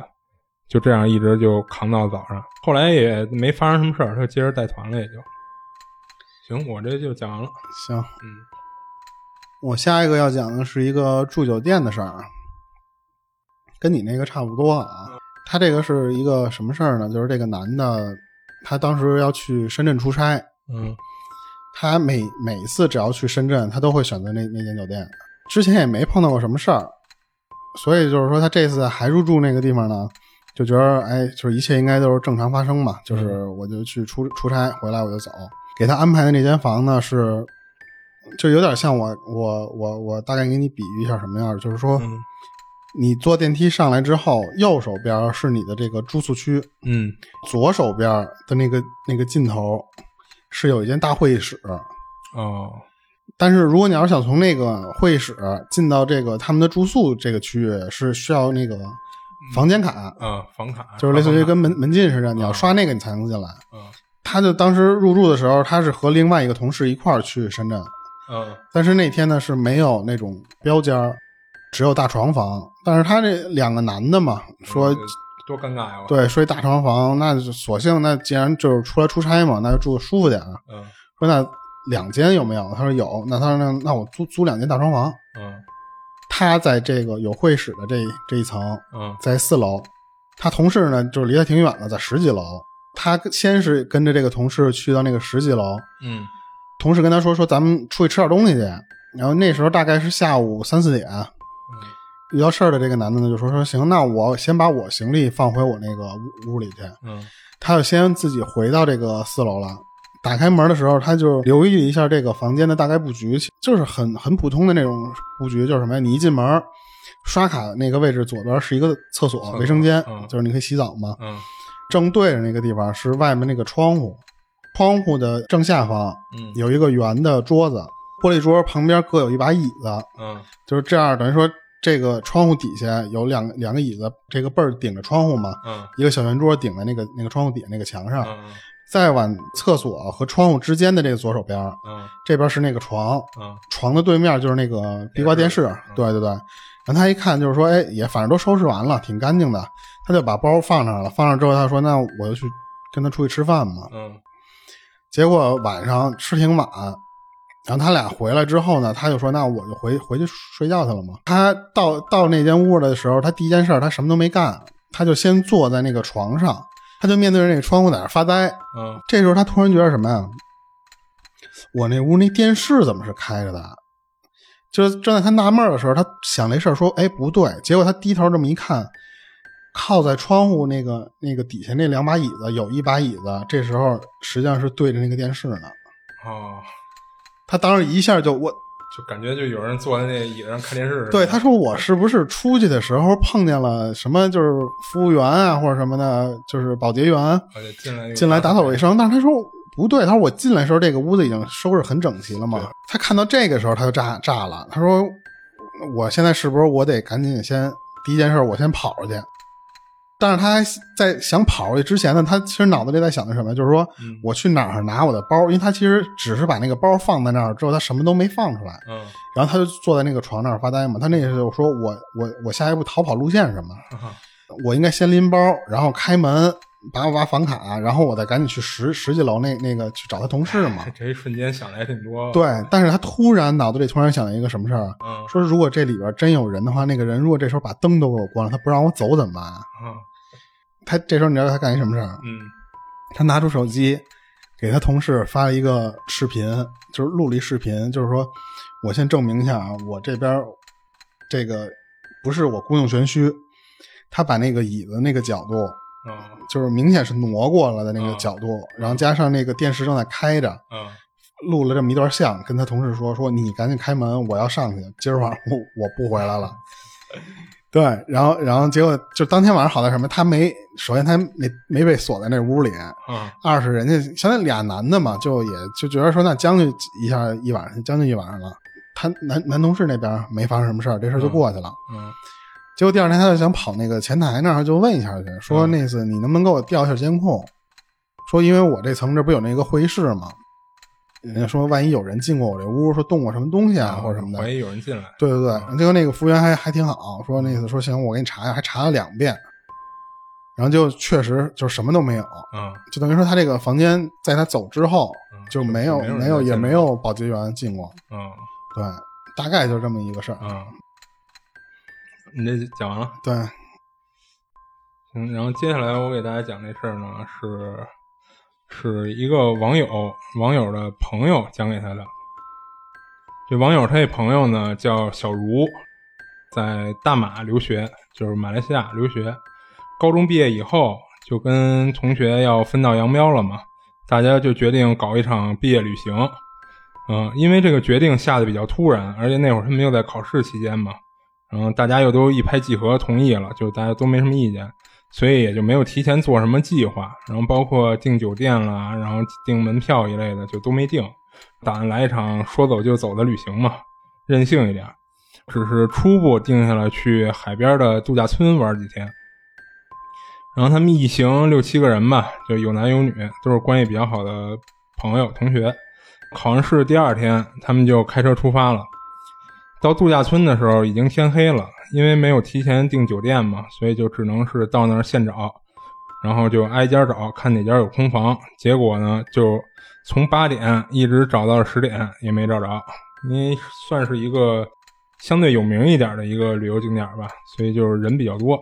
就这样一直就扛到早上。后来也没发生什么事儿，他就接着带团了，也就。行，我这就讲完了。行，嗯，我下一个要讲的是一个住酒店的事儿啊，跟你那个差不多啊。他这个是一个什么事儿呢？就是这个男的，他当时要去深圳出差，哦嗯他每每次只要去深圳，他都会选择那那间酒店。之前也没碰到过什么事儿，所以就是说，他这次还入住那个地方呢，就觉得哎，就是一切应该都是正常发生嘛。就是我就去出出差，回来我就走。给他安排的那间房呢是，就有点像我我我我大概给你比喻一下什么样儿，就是说，嗯你坐电梯上来之后，右手边儿是你的这个住宿区，嗯左手边儿的那个那个尽头是有一间大会议室。哦但是如果你要是想从那个会议室进到这个他们的住宿这个区域，是需要那个房间卡，啊，房卡就是类似于跟门门禁似的，你要啊刷那个你才能进来。嗯他就当时入住的时候，他是和另外一个同事一块儿去深圳，嗯但是那天呢是没有那种标间儿，只有大床房。但是他这两个男的嘛，嗯说多尴尬呀！我，对睡大床房，那就索性那既然就是出来出差嘛，那就住舒服点儿。嗯说那两间有没有？他说有。那他说那那我租租两间大床房。嗯他在这个有会室的这一这一层，嗯在四楼，他同事呢就是离他挺远的，在十几楼。他先是跟着这个同事去到那个十几楼，嗯同事跟他说说咱们出去吃点东西去。然后那时候大概是下午三四点，遇到事儿的这个男的呢就说说行，那我先把我行李放回我那个屋屋里去。嗯他就先自己回到这个四楼了。打开门的时候，他就留意一下这个房间的大概布局，就是很很普通的那种布局，就是什么呀？你一进门，刷卡那个位置左边是一个厕所、所卫生间，嗯就是你可以洗澡嘛。嗯正对着那个地方是外面那个窗户，窗户的正下方嗯有一个圆的桌子，玻璃桌旁边各有一把椅子，嗯就是这样，等于说这个窗户底下有两两个椅子，这个背儿顶着窗户嘛，嗯一个小圆桌顶在那个那个窗户底下那个墙上。嗯再往厕所和窗户之间的这个左手边儿，嗯这边是那个床，嗯床的对面就是那个壁挂电视电视，嗯对对对。然后他一看就是说，哎，也反正都收拾完了，挺干净的，他就把包放上了。放上之后，他说：“那我就去跟他出去吃饭嘛。嗯”结果晚上吃挺晚，然后他俩回来之后呢，他就说：“那我就回回去睡觉去了嘛。”他到到那间屋的时候，他第一件事儿他什么都没干，他就先坐在那个床上，他就面对着那个窗户在那儿发呆。嗯这时候他突然觉得什么呀？我那屋那电视怎么是开着的？就是正在他纳闷儿的时候，他想这事儿说：“哎，不对。”结果他低头这么一看，靠在窗户那个那个底下那两把椅子，有一把椅子，这时候实际上是对着那个电视呢。哦，他当时一下就我就感觉就有人坐在那椅子上看电视。对他说：“我是不是出去的时候碰见了什么？就是服务员啊，或者什么的，就是保洁员进来进来打扫卫生，但是他说不对，他说我进来的时候这个屋子已经收拾很整齐了嘛对。他看到这个时候他就炸炸了，他说我现在是不是我得赶紧先第一件事我先跑出去？但是他还在想跑出去之前呢，他其实脑子里在想的什么，就是说嗯我去哪儿拿我的包？因为他其实只是把那个包放在那儿之后，他什么都没放出来，嗯然后他就坐在那个床那儿发呆嘛。他那个时候说我我我下一步逃跑路线是什么？我应该先拎包，然后开门，把我把房卡，然后我再赶紧去十十几楼那那个去找他同事嘛。这一瞬间想的还挺多。对，但是他突然脑子里突然想了一个什么事儿，嗯说如果这里边真有人的话，那个人如果这时候把灯都给我关了，他不让我走怎么办？嗯他这时候你知道他干一什么事儿？嗯他拿出手机，给他同事发了一个视频，就是录了一视频，就是说我先证明一下啊，我这边儿这个不是我故弄玄虚，他把那个椅子那个角度嗯就是明显是挪过了的那个角度，然后加上那个电视正在开着，嗯录了这么一段像，跟他同事说说你赶紧开门，我要上去，今儿晚上我我不回来了。对，然后然后结果就当天晚上好在什么，他没首先他没没被锁在那屋里，嗯二是人家相当于俩男的嘛，就也就觉得说那将就一下一晚上，将就一晚上了。他男男同事那边没发生什么事儿，这事儿就过去了。嗯结果第二天他就想跑那个前台那儿，就问一下去，说嗯那次你能不能给我调一下监控？说因为我这层这不有那个会议室吗？人家说万一有人进过我这屋，说动过什么东西啊或者什么怀的。疑嗯有人进来。对对对，结果那个服务员还还挺好，说那次说行，我给你查一下，还查了两遍，然后就确实就什么都没有，嗯就等于说他这个房间在他走之后嗯就没有就没有没有人再进也来没有保洁员进过，嗯对，大概就这么一个事儿。嗯，你这讲完了。对，嗯，然后接下来我给大家讲这事儿呢，是是一个网友网友的朋友讲给他的。这网友他这朋友呢叫小茹，在大马留学，就是马来西亚留学。高中毕业以后，就跟同学要分道扬镳了嘛，大家就决定搞一场毕业旅行。嗯，因为这个决定下的比较突然，而且那会儿他们又在考试期间嘛，然后大家又都一拍即合同意了，就大家都没什么意见，所以也就没有提前做什么计划，然后包括订酒店啦，然后订门票一类的就都没订，打算来一场说走就走的旅行嘛，任性一点，只是初步定下来去海边的度假村玩几天。然后他们一行六七个人吧，就有男有女，都是关系比较好的朋友同学。考完试第二天，他们就开车出发了。到度假村的时候已经天黑了，因为没有提前订酒店嘛，所以就只能是到那儿现找，然后就挨家找，看哪家有空房。结果呢，就从八点一直找到十点，也没找着。因为算是一个相对有名一点的一个旅游景点吧，所以就是人比较多，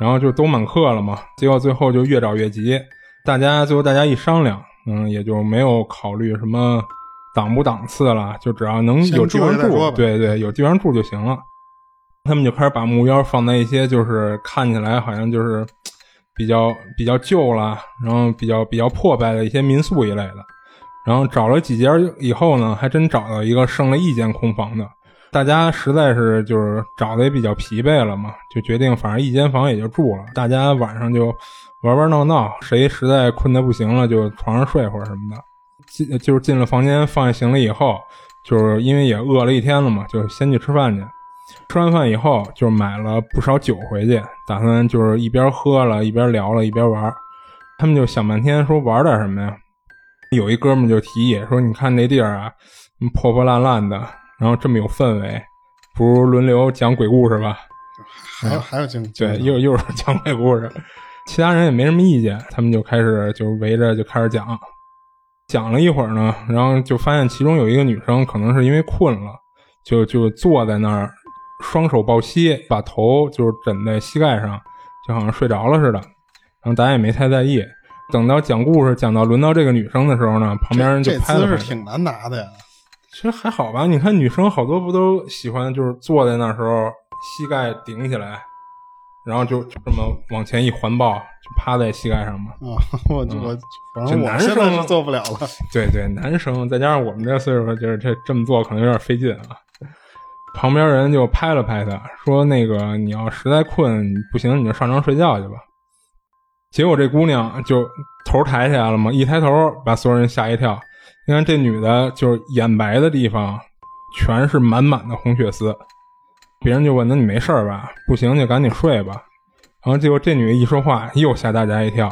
然后就都满课了嘛。结果最后就越找越急，大家最后大家一商量，嗯，也就没有考虑什么档不档次了，就只要能先有地住方下再说住，吧对对，有地方住就行了。他们就开始把目标放在一些就是看起来好像就是比较比较旧了，然后比较比较破败的一些民宿一类的。然后找了几家以后呢，还真找到一个剩了一间空房的。大家实在是就是找的也比较疲惫了嘛，就决定反正一间房也就住了。大家晚上就玩玩闹闹，谁实在困得不行了，就床上睡会儿什么的。进就是进了房间放下行李以后，就是因为也饿了一天了嘛，就先去吃饭去。吃完饭以后，就买了不少酒回去，打算就是一边喝了一边聊了一边玩儿。他们就想半天，说玩点什么呀？有一哥们就提议说：“你看这地儿啊，嗯破破烂烂的，然后这么有氛围，不如轮流讲鬼故事吧。”还有还有经对，又又是讲鬼故事，其他人也没什么意见，他们就开始就围着就开始讲，讲了一会儿呢，然后就发现其中有一个女生可能是因为困了，就就坐在那儿，双手抱膝，把头就是枕在膝盖上，就好像睡着了似的，然后大家也没太在意。等到讲故事讲到轮到这个女生的时候呢，旁边人就这拍了姿势拍她挺难拿的呀，其实还好吧，你看女生好多不都喜欢就是坐在那时候膝盖顶起来，然后就就这么往前一环抱，就趴在膝盖上嘛。啊， 我嗯就我反这正我男现生在吗是做不了了。对对，男生再加上我们这岁数，就是这这么做可能有点费劲啊。旁边人就拍了拍他，说：“那个你要实在困不行，你就上床睡觉去吧。”结果这姑娘就头抬起来了嘛，一抬头把所有人吓一跳。你看这女的，就是眼白的地方全是满满的红血丝。别人就问：“那你没事儿吧？”不行就赶紧睡吧。然后结果这女的一说话，又吓大家一跳，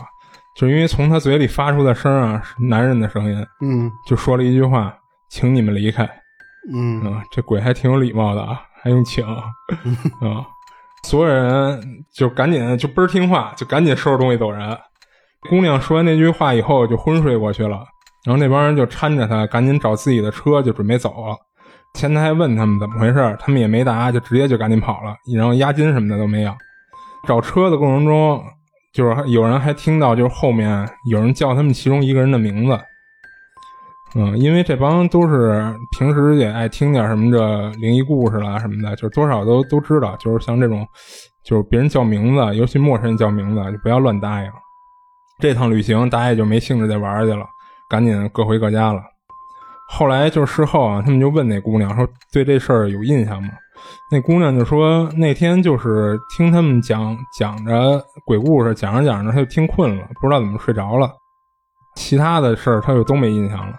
就是因为从她嘴里发出的声儿啊是男人的声音，嗯就说了一句话：“请你们离开。”嗯，嗯，这鬼还挺有礼貌的啊，还用请啊、嗯所有人就赶紧就倍儿听话，就赶紧收拾东西走人。姑娘说完那句话以后就昏睡过去了，然后那帮人就搀着她赶紧找自己的车，就准备走了。前台还问他们怎么回事儿，他们也没答，就直接就赶紧跑了，然后押金什么的都没要。找车的过程中，就是还有人还听到，就是后面有人叫他们其中一个人的名字，嗯，因为这帮都是平时也爱听点什么这灵异故事啦什么的，就是多少都都知道，就是像这种，就是别人叫名字，尤其陌生人叫名字，就不要乱答应。这趟旅行大家也就没兴致再玩去了，赶紧各回各家了。后来就是事后啊，他们就问那姑娘说对这事儿有印象吗？那姑娘就说那天就是听他们讲讲着鬼故事，讲着讲着她就听困了，不知道怎么睡着了，其他的事儿她就都没印象了。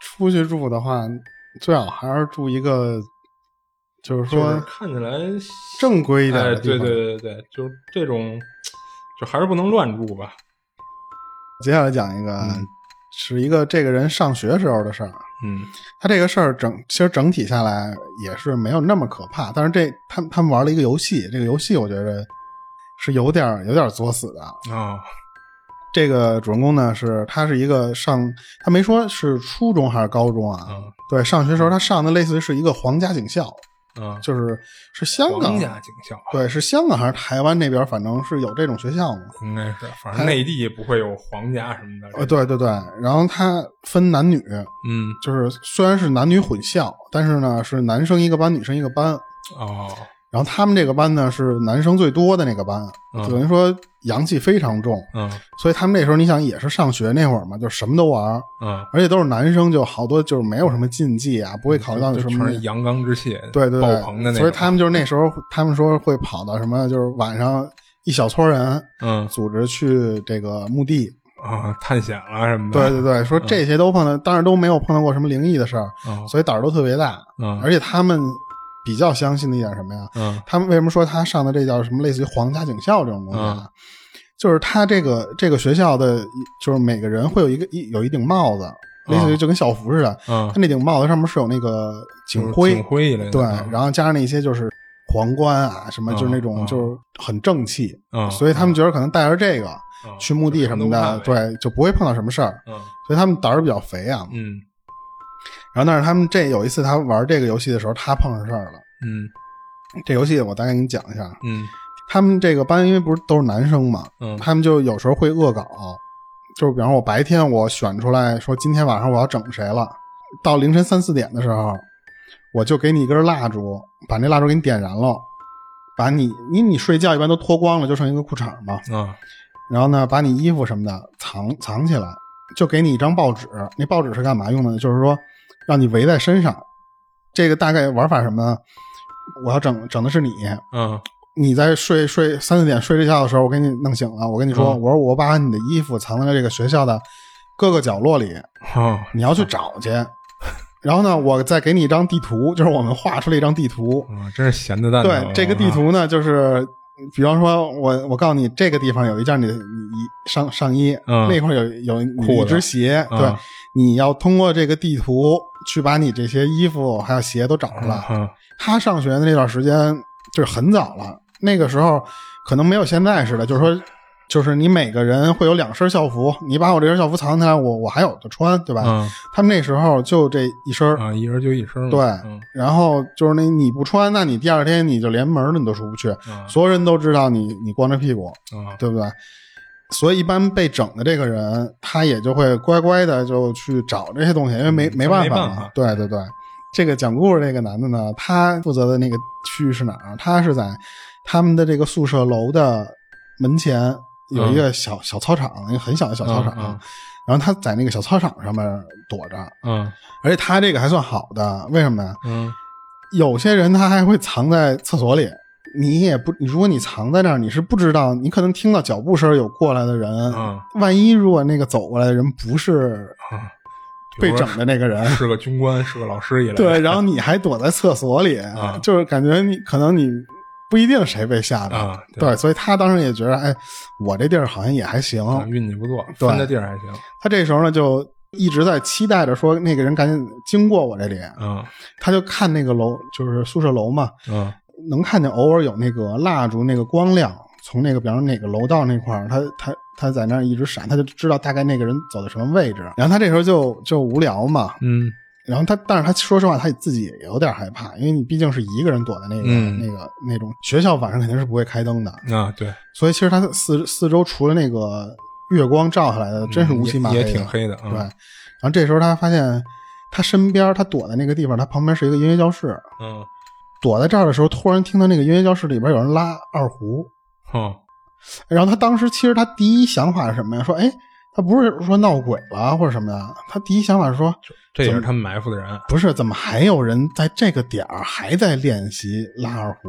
出去住的话，最好还是住一个，就是就是说看起来正规一点哎，的地对方。对对对，就是这种，就还是不能乱住吧。接下来讲一个，嗯是一个这个人上学时候的事儿。嗯他这个事儿整其实整体下来也是没有那么可怕，但是这他们他们玩了一个游戏，这个游戏我觉得是有点儿有点儿作死的。啊、这个主人公呢是他是一个上他没说是初中还是高中啊，嗯对，上学时候他上的类似于是一个皇家警校，啊，就是是香港皇家警校对，是香港还是台湾那边，反正是有这种学校嘛。应该是，反正内地不会有皇家什么的。呃，，哎对对对，然后他分男女，嗯就是虽然是男女混校，但是呢是男生一个班，女生一个班。哦，然后他们这个班呢是男生最多的那个班，嗯等于说阳气非常重，嗯所以他们那时候你想也是上学那会儿嘛，就什么都玩儿，嗯，而且都是男生，就好多就是没有什么禁忌啊，不会考虑到就你什么全是阳刚之气，对对爆对棚的那种，所以他们就是那时候 他们说会跑到什么，就是晚上一小撮人嗯组织去这个墓地，啊探险了什么对的，对对，说这些都碰到，当然都没有碰到过什么灵异的事儿，啊所以胆儿都特别大，嗯而且他们比较相信的一点是什么呀？嗯他们为什么说他上的这叫什么类似于皇家警校这种东西嗯啊？就是他这个这个学校的，就是每个人会有一个一有一顶帽子，类似于就跟校服似的。嗯他，那顶帽子上面是有那个就是警徽，警徽一类的，对，嗯然后加上那些就是皇冠啊什么，嗯就是那种嗯就是很正气，嗯，所以他们觉得可能带着这个嗯去墓地什么的，，对，就不会碰到什么事儿，嗯所以他们胆儿比较肥啊。嗯然后但是他们这有一次他玩这个游戏的时候，他碰上事儿了。嗯这游戏我大概给你讲一下，嗯他们这个班因为不是都是男生嘛，嗯他们就有时候会恶搞，就是比方说我白天我选出来说今天晚上我要整谁了，到凌晨三四点的时候，我就给你一根蜡烛，把那蜡烛给你点燃了，把你因为你睡觉一般都脱光了，就剩一个裤衩嘛，啊然后呢把你衣服什么的藏藏起来，就给你一张报纸，那报纸是干嘛用的呢？就是说让你围在身上，这个大概玩法是什么呢？我要整整的是你，嗯你在睡睡三四点睡这觉的时候，我给你弄醒了。我跟你说，嗯我说我把你的衣服藏在了这个学校的各个角落里，哦你要去找 去。然后呢，我再给你一张地图，就是我们画出了一张地图。啊，真是闲的蛋疼啊。对，这个地图呢，就是比方说我我告诉你，这个地方有一件你的你你上上衣，嗯那块儿有有你的裤一子只鞋，嗯对，你要通过这个地图去把你这些衣服还有鞋都找出来。嗯他上学的那段时间就是很早了，那个时候可能没有现在似的，就是说，就是你每个人会有两身校服，你把我这身校服藏起来，我我还有的穿，对吧？嗯他们那时候就这一身儿，嗯啊，一人就一身嘛。对嗯然后就是那你不穿，那你第二天你就连门儿你都出不去，啊所有人都知道你你光着屁股，啊对不对？所以一般被整的这个人，他也就会乖乖的就去找这些东西，因为没嗯没办法没办嘛法。对对对，这个讲故事这个男的呢，他负责的那个区域是哪儿啊？他是在他们的这个宿舍楼的门前有一个小、小操场，一个很小的小操场。嗯嗯嗯然后他在那个小操场上面躲着，嗯而且他这个还算好的，为什么呢？嗯有些人他还会藏在厕所里，你也不，你如果你藏在那儿，你是不知道，你可能听到脚步声有过来的人，嗯万一如果那个走过来的人不是啊，被整的那个人，是个军官，是个老师一类的。对，然后你还躲在厕所里，啊就是感觉你可能你不一定谁被吓的，啊，对，所以他当时也觉得，哎，我这地儿好像也还行，啊运气不错，对翻的地儿还行。他这时候呢就。一直在期待着说那个人赶紧经过我这里，嗯他就看那个楼，就是宿舍楼嘛，嗯能看见偶尔有那个蜡烛那个光亮从那个，比方说哪个楼道那块儿，他他他在那儿一直闪，他就知道大概那个人走到什么位置。然后他这时候就就无聊嘛，嗯然后他但是他说实话，他自己也有点害怕，因为你毕竟是一个人躲在那个、嗯那个那种学校晚上肯定是不会开灯的，啊，对，所以其实他四四周除了那个月光照下来的，真是乌漆麻嗯也黑也的，挺黑的。对。嗯然后这时候他发现他身边他躲在那个地方，他旁边是一个音乐教室，嗯躲在这儿的时候，突然听到那个音乐教室里边有人拉二胡，哦然后他当时其实他第一想法是什么呀？说，哎，他不是说闹鬼了或者什么的，他第一想法是说，这也是他们埋伏的人。不是，怎么还有人在这个点儿还在练习拉二胡？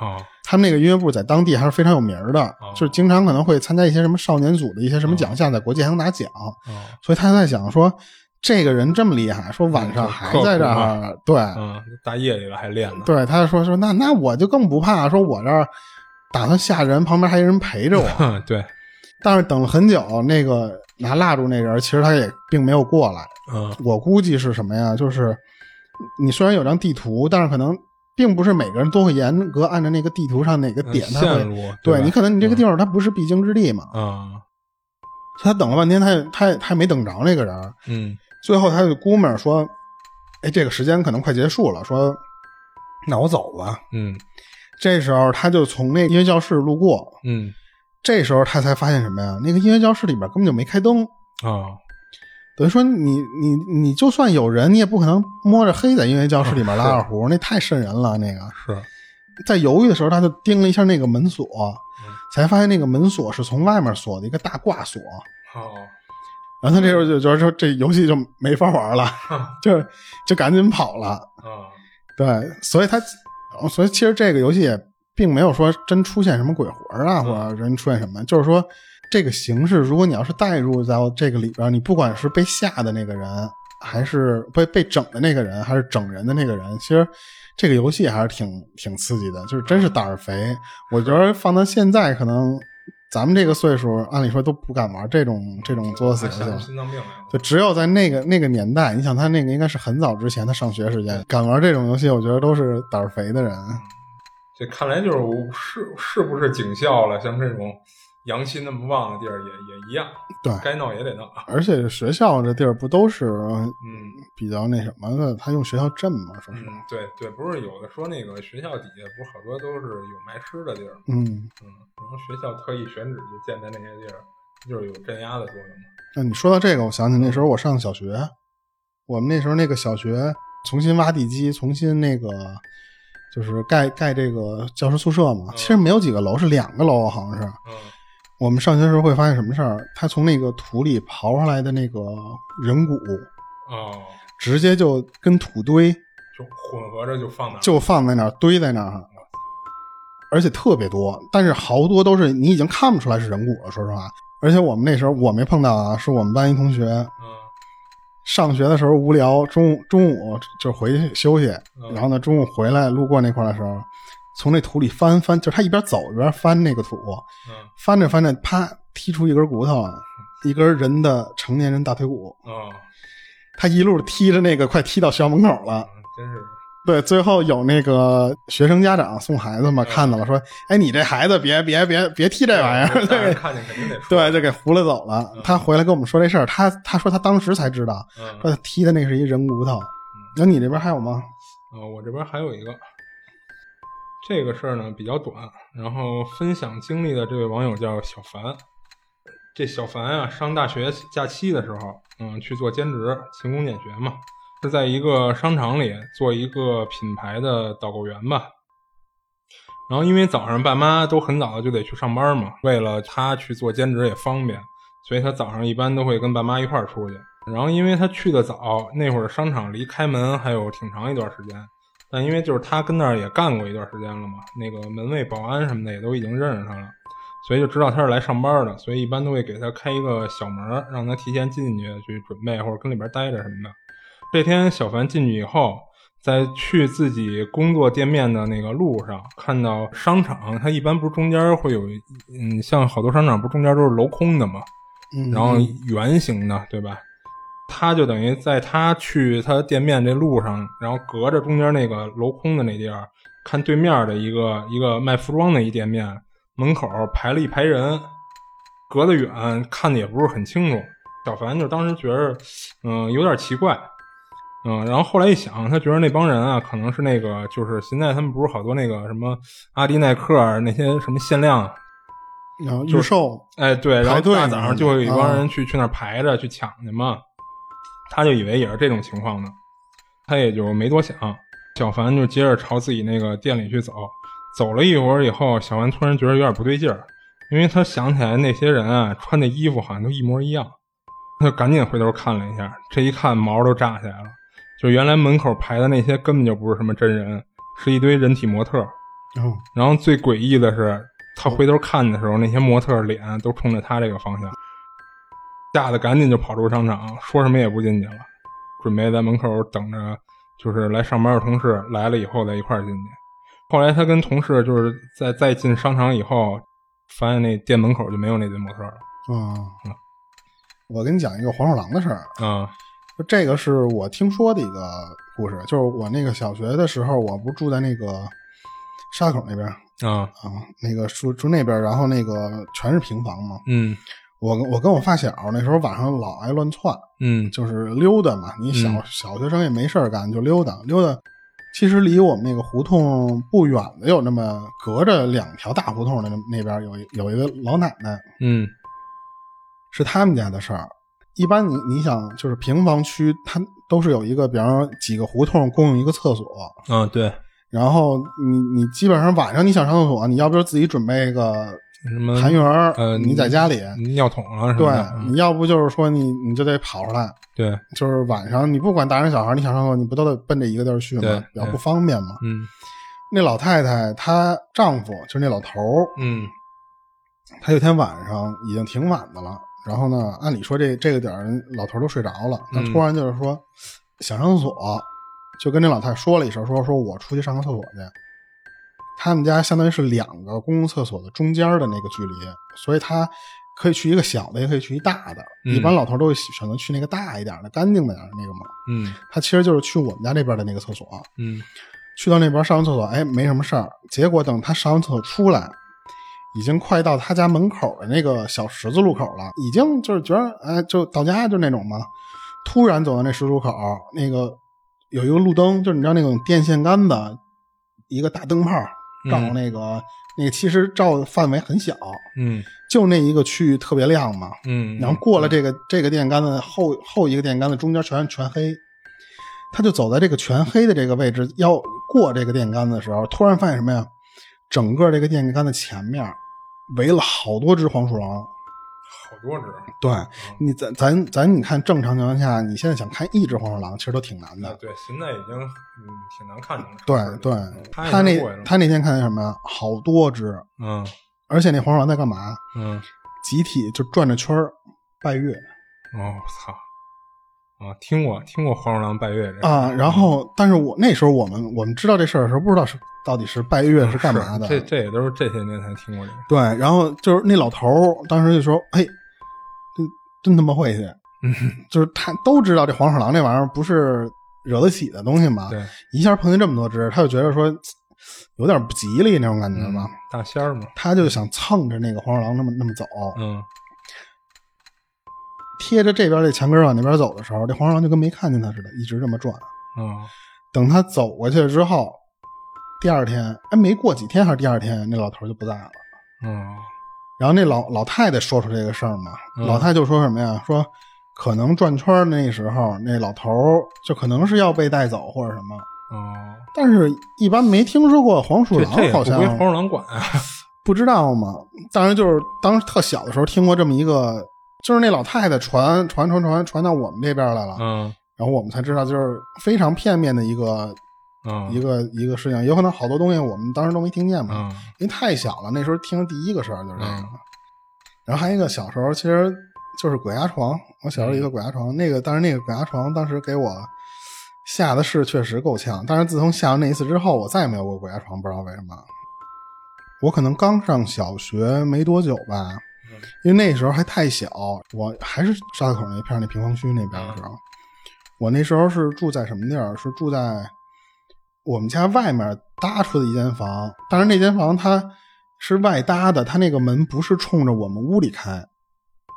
哦他们那个音乐部在当地还是非常有名儿的，就是经常可能会参加一些什么少年组的一些什么奖项，在国际还能拿奖，哦所以他在想说，这个人这么厉害，说晚上还在这嗯儿，对，嗯，大夜里了还练呢。 对，他说说那那我就更不怕，说我这儿打算吓人，旁边还有人陪 着我。哼对，但是等了很久，那个拿蜡烛那人其实他也并没有过来。嗯我估计是什么呀？就是你虽然有张地图，但是可能并不是每个人都会严格按照那个地图上哪个点他呃线会。路，对吧嗯你可能你这个地方它不是必经之地嘛，啊他等了半天，他也他也他也没等着那个人，嗯最后他就估摸着说，哎，这个时间可能快结束了，说那我走吧。嗯这时候他就从那音乐教室路过，嗯这时候他才发现什么呀？那个音乐教室里边根本就没开灯，啊等于说你你你就算有人，你也不可能摸着黑在音乐教室里面拉二胡，那太瘆人了。那个是在犹豫的时候，他就盯了一下那个门锁，才发现那个门锁是从外面锁的一个大挂锁。哦，然后他这时候就觉得说这游戏就没法玩了，就就赶紧跑了。啊，对，所以他，哦所以其实这个游戏也并没有说真出现什么鬼魂啊，或者人出现什么，就是说这个形式，如果你要是带入到这个里边，你不管是被吓的那个人，还是被被整的那个人，还是整人的那个人，其实这个游戏还是挺挺刺激的，就是真是胆儿肥。我觉得放到现在，可能咱们这个岁数，按理说都不敢玩这种这种作死游戏吓了出。心脏病来了。就只有在那个那个年代，你想他那个应该是很早之前，他上学时间敢玩这种游戏，我觉得都是胆儿肥的人。这看来就是我是是不是警校了？像这种阳气那么旺的地儿也也一样，对，该闹也得闹。而且学校这地儿不都是嗯比较那什么的？他用学校镇嘛，说是，嗯，对对，不是有的说那个学校底下不是好多都是有埋尸的地儿吗？嗯，嗯，然后学校特意选址就建在那些地儿，就是有镇压的作用嘛。那你说到这个，我想起那时候我上小学，我们那时候那个小学重新挖地基，重新那个就是盖盖这个教师宿舍嘛。其实没有几个楼，是两个楼，好像是。嗯我们上学的时候会发现什么事儿？他从那个土里刨出来的那个人骨，哦，直接就跟土堆就混合着就放那儿。就放在那儿堆在那儿，而且特别多，但是好多都是你已经看不出来是人骨了，说实话。而且我们那时候我没碰到啊，是我们班一同学嗯上学的时候无聊，中午中午就回去休息，嗯然后呢中午回来路过那块儿的时候，从那土里翻翻，就是他一边走一边翻那个土，嗯翻着翻着啪踢出一根骨头，一根人的成年人大腿骨，哦，他一路踢着那个快踢到学校门口了。嗯真是对，最后有那个学生家长送孩子嘛，嗯看到了说：“哎，你这孩子别别别别踢这玩意儿。”大人对看见肯定得说。 对，就给糊了走了。他回来跟我们说这事儿，他他说他当时才知道，嗯说他踢的那是一人骨头。那你这边还有吗？啊、我这边还有一个，这个事儿呢比较短，然后分享经历的这位网友叫小凡。这小凡啊，上大学假期的时候，嗯，去做兼职，勤工俭学嘛，是在一个商场里做一个品牌的导购员吧。然后因为早上爸妈都很早就得去上班嘛，为了他去做兼职也方便，所以他早上一般都会跟爸妈一块儿出去。然后因为他去的早，那会儿商场离开门还有挺长一段时间，但因为就是他跟那儿也干过一段时间了嘛，那个门卫、保安什么的也都已经认识他了，所以就知道他是来上班的，所以一般都会给他开一个小门儿，让他提前进去去准备或者跟里边待着什么的。这天小凡进去以后，在去自己工作店面的那个路上，看到商场，它一般不是中间会有一，嗯，像好多商场不是中间都是镂空的嘛，嗯，然后圆形的，对吧？他就等于在他去他店面这路上，然后隔着中间那个镂空的那地儿，看对面的一个一个卖服装的一店面门口排了一排人，隔得远看的也不是很清楚。小凡就当时觉着，嗯、有点奇怪，嗯、然后后来一想，他觉得那帮人啊，可能是那个就是现在他们不是好多那个什么阿迪、耐克儿那些什么限量然后预售，哎，对，然排后队大呢早上就有一帮啊人去、去那儿排着去抢去嘛，他就以为也是这种情况呢，他也就没多想。小凡就接着朝自己那个店里去走，走了一会儿以后，小凡突然觉得有点不对劲儿，因为他想起来那些人啊穿的衣服好像都一模一样，他就赶紧回头看了一下，这一看毛都炸起来了，就原来门口排的那些根本就不是什么真人，是一堆人体模特儿。然后然后最诡异的是，他回头看的时候，那些模特脸都冲着他这个方向，吓得赶紧就跑出商场，说什么也不进去了，准备在门口等着，就是来上班的同事来了以后再一块儿进去。后来他跟同事就是在再进商场以后，发现那店门口就没有那堆模特了。啊，嗯我跟你讲一个黄鼠狼的事儿。啊就这个是我听说的一个故事，就是我那个小学的时候，我不是住在那个沙口那边啊，啊那个住住那边，然后那个全是平房嘛。嗯我跟我跟我发小那时候晚上老爱乱窜，嗯就是溜达嘛。你小、嗯小学生也没事儿干，就溜达溜达。其实离我们那个胡同不远的有那么隔着两条大胡同的那那边有一有一个老奶奶，嗯是他们家的事儿。一般你你想就是平房区，它都是有一个，比方说几个胡同共用一个厕所，嗯，对，然后你你基本上晚上你想上厕所，你要不就自己准备个什么痰盂儿，呃你在家里，尿桶啊什么的，对，嗯你要不就是说你你就得跑出来，对，就是晚上你不管大人小孩，你想上厕所，你不都得奔这一个地儿去对吗？比较对不方便嘛。嗯那老太太她丈夫就是那老头儿，嗯他有天晚上已经挺晚的了，然后呢，按理说这这个点儿老头儿都睡着了，他嗯突然就是说、想上厕所，就跟这老太太说了一声，说说我出去上个厕所去。他们家相当于是两个公共厕所的中间的那个距离，所以他可以去一个小的，也可以去一大的。嗯一般老头儿都会选择去那个大一点儿的、干净的点儿的那个嘛。嗯他其实就是去我们家这边的那个厕所。嗯去到那边上完厕所，哎，没什么事儿。结果等他上完厕所出来，已经快到他家门口的那个小十字路口了，已经就是觉得哎，就到家就那种嘛。突然走到那十字路口，那个有一个路灯，就是你知道那种电线杆子，一个大灯泡照嗯那个、那个，其实照的范围很小，嗯就那一个区域特别亮嘛。嗯，然后过了这个这个电线杆子后后一个电线杆子中间全全黑，他就走在这个全黑的这个位置，要过这个电线杆子的时候，突然发现什么呀？整个这个电线杆子前面围了好多只黄鼠狼。好多只，啊对你咱咱咱你看正常情况下，你现在想看一只黄鼠狼，其实都挺难的啊。对，现在已经嗯挺难看着了。对是的对嗯，他他也那是过来了他那天看见什么呀？好多只，嗯而且那黄鼠狼在干嘛？嗯，集体就转着圈儿拜月。哦我操啊，听过听过黄鼠狼拜月这个啊，然后，但是我那时候我们我们知道这事儿的时候，不知道是到底是拜月是干嘛的。这这也都是这些年才听过这个。对，然后就是那老头儿当时就说：“哎，真真他妈会去！嗯，就是他都知道这黄鼠狼这玩意儿不是惹得起的东西嘛，对，一下碰见这么多只，他就觉得说嘖有点不吉利那种感觉嗯吧。大仙儿嘛，他就想蹭着那个黄鼠狼那么那么走，嗯贴着这边这墙根儿往那边走的时候，这黄鼠狼就跟没看见他似的，一直这么转。啊等他走过去之后，第二天，哎，没过几天还是第二天，那老头就不在了。嗯然后那老老太太说出这个事儿嘛，嗯老太太就说什么呀？说可能转圈儿那时候，那老头儿就可能是要被带走或者什么，哦，但是一般没听说过黄鼠这狼这也不好像归黄鼠狼管 啊。不知道嘛。当然就是当时特小的时候听过这么一个，就是那老太太传传传传传到我们这边来了，嗯然后我们才知道，就是非常片面的一个嗯，一个一个事情，有可能好多东西我们当时都没听见嘛，嗯因为太小了，那时候听的第一个事儿就是这个。嗯然后还有一个小时候，其实就是鬼压床，我小时候有一个鬼压床，那个但是那个鬼压床当时给我吓的是确实够呛，但是自从吓完那一次之后，我再也没有过鬼压床，不知道为什么。我可能刚上小学没多久吧，嗯因为那时候还太小，我还是沙河口那片儿那平房区那边的时候，我那时候是住在什么地儿？是住在我们家外面搭出的一间房，但是那间房它是外搭的，它那个门不是冲着我们屋里开，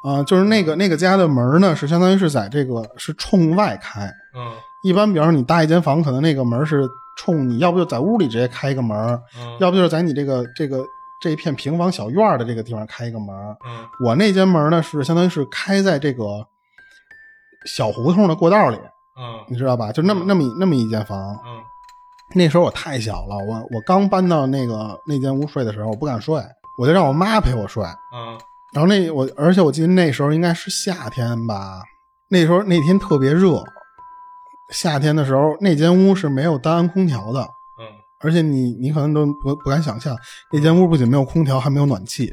啊、就是那个那个家的门呢是相当于是在这个是冲外开。嗯一般，比方说你搭一间房，可能那个门是冲你，要不就在屋里直接开一个门儿，嗯，要不就是在你这个这个这一片平房小院儿的这个地方开一个门儿。嗯我那间门呢是相当于是开在这个小胡同的过道里，嗯你知道吧？就那么那么一那么一间房。嗯那时候我太小了，我我刚搬到那个那间屋睡的时候，我不敢睡，我就让我妈陪我睡。嗯然后那我，而且我记得那时候应该是夏天吧，那时候那天特别热，夏天的时候那间屋是没有单安空调的，嗯而且你你可能都不不敢想象，那间屋不仅没有空调，还没有暖气，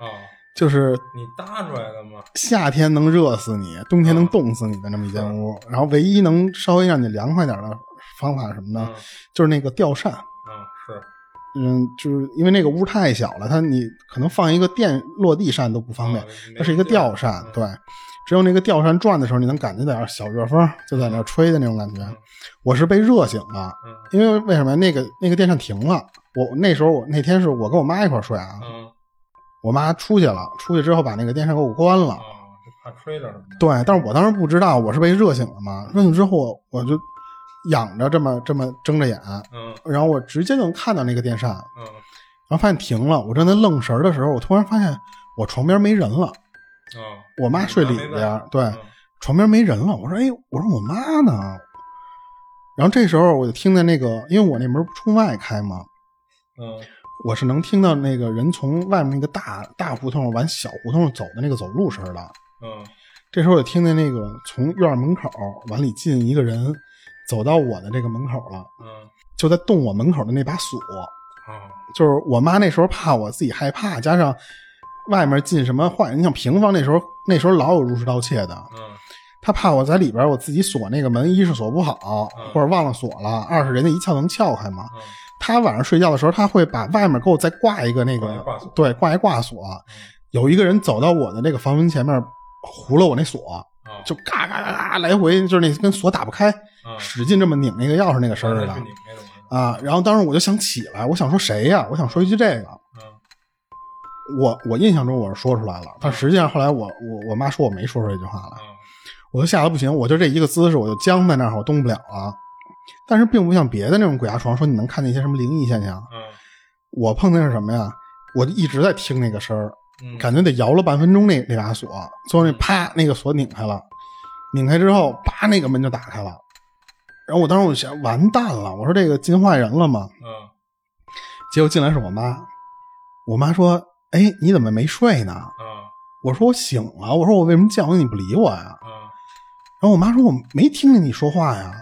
哦，就是你搭出来的嘛？夏天能热死你，冬天能冻死你的那么一间屋。嗯然后唯一能稍微让你凉快点的方法是什么呢？嗯就是那个吊扇。嗯是，嗯，就是因为那个屋太小了，它你可能放一个电落地扇都不方便哦，没它是一个吊扇，嗯对，只有那个吊扇转的时候，你能感觉到小热风就在那儿吹的那种感觉嗯。我是被热醒了，嗯因为为什么呀那个那个电扇停了？我那时候我那天是我跟我妈一块儿睡啊，嗯我妈出去了，出去之后把那个电扇给我关了，哦，就怕吹着什么的。对，但是我当时不知道我是被热醒了嘛，热醒之后我我就仰着这么这么睁着眼，嗯然后我直接就能看到那个电扇，嗯然后发现停了。我正在愣神儿的时候，我突然发现我床边没人了，哦，我妈睡里你妈没边在儿，对，嗯床边没人了，我说哎，我说我妈呢？然后这时候我就听见那个，因为我那门不冲外开嘛，嗯我是能听到那个人从外面那个大大胡同往小胡同走的那个走路声的。嗯这时候我就听见那个从院门口往里进一个人，走到我的这个门口了，嗯就在动我门口的那把锁。啊就是我妈那时候怕我自己害怕，加上外面进什么坏人，你想平房那时候那时候老有入室盗窃的，嗯她怕我在里边我自己锁那个门，一是锁不好嗯，或者忘了锁了；二是人家一撬能撬开嘛。嗯她晚上睡觉的时候，她会把外面给我再挂一个那挂一个挂锁对挂一挂锁。有一个人走到我的那个房门前面，糊了我那锁，啊就嘎嘎嘎嘎来回，就是那跟锁打不开，啊使劲这么拧那个钥匙那个声儿那似是的你们那种人啊。然后当时我就想起来，我想说谁呀、我想说一句这个。嗯我我印象中我是说出来了，但实际上后来我我我妈说我没说出这句话来，啊我就吓得不行，我就这一个姿势我就僵在那儿，我动不了了。但是并不像别的那种鬼压床说你能看见一些什么灵异现象，嗯我碰见是什么呀？我一直在听那个声儿，嗯感觉得摇了半分钟那那把锁，最后那啪那个锁拧开了，拧开之后叭那个门就打开了，然后我当时我就想完蛋了，我说这个进坏人了吗？嗯结果进来是我妈，我妈说：“哎，你怎么没睡呢？”啊我说我醒了，我说我为什么叫你你不理我呀？啊然后我妈说我没听见你说话呀，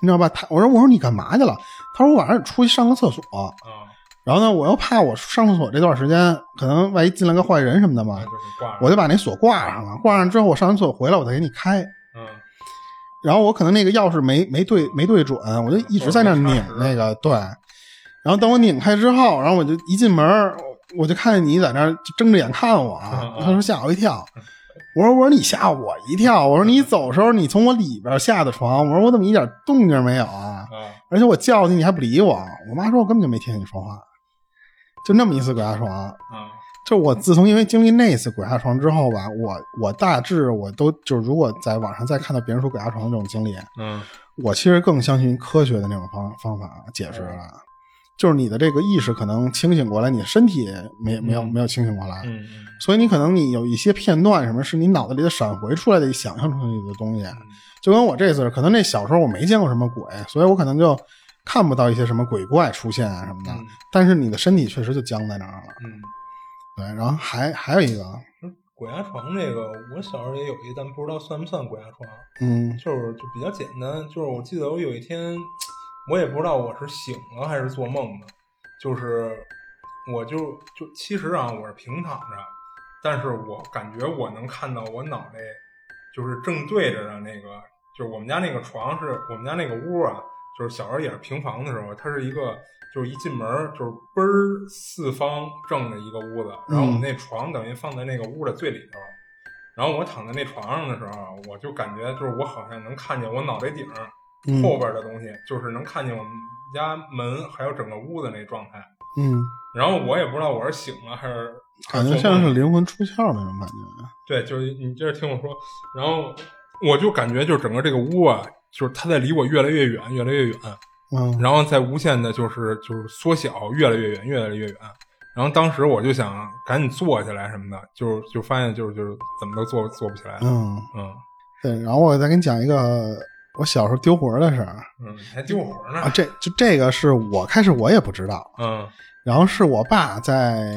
你知道吧？她我说我说你干嘛去了？她说我晚上出去上个厕所，啊然后呢，我又怕我上厕所这段时间可能万一进来个坏人什么的嘛那，就给挂上我就把那锁挂上了。挂上之后，我上完厕所回来我再给你开。嗯然后我可能那个钥匙没没对没对准，我就一直在那拧那个对。然后等我拧开之后，然后我就一进门，我就看见你在那儿睁着眼看我啊嗯，嗯他说吓我一跳。我说我说你吓我一跳，我说你走的时候你从我里边下的床，我说我怎么一点动静没有啊？啊而且我叫你你还不理我，我妈说我根本就没听见你说话，就那么一次鬼压床。啊就我自从因为经历那次鬼压床之后吧，我我大致我都就是如果在网上再看到别人说鬼压床的这种经历，嗯我其实更相信科学的那种方方法解释了，就是你的这个意识可能清醒过来，你的身体没没有嗯没有清醒过来，嗯嗯所以你可能你有一些片段什么是你脑子里的闪回出来的、想象出来的东西。嗯就跟我这次，可能那小时候我没见过什么鬼，所以我可能就看不到一些什么鬼怪出现啊什么的，嗯但是你的身体确实就僵在那儿了。嗯。对，然后还还有一个，鬼压床这个，我小时候也有一，但不知道算不算鬼压床，嗯就是就比较简单。就是我记得我有一天，我也不知道我是醒了还是做梦的，就是我就就其实啊，我是平躺着，但是我感觉我能看到我脑袋就是正对着的那个，就是我们家那个床是我们家那个屋啊，就是小时候也是平房的时候，它是一个就是一进门儿就是倍儿四方正的一个屋子，然后嗯我们那床等于放在那个屋的最里头，然后我躺在那床上的时候，啊我就感觉就是我好像能看见我脑袋顶儿嗯后边的东西，就是能看见我们家门还有整个屋的那状态。嗯，然后我也不知道我是醒了还是感觉像是灵魂出窍那种感觉。对，就是你接着听我说，然后我就感觉就是整个这个屋啊，就是它在离我越来越远，越来越远，嗯然后在无限的，就是就是缩小，越来越远，越来越远。然后当时我就想赶紧坐起来什么的，就是就发现就是就是怎么都坐坐不起来。嗯嗯，嗯对，然后我再给你讲一个我小时候丢魂儿的事儿嗯，还丢魂儿呢啊，。这就这个是我开始我也不知道，嗯然后是我爸在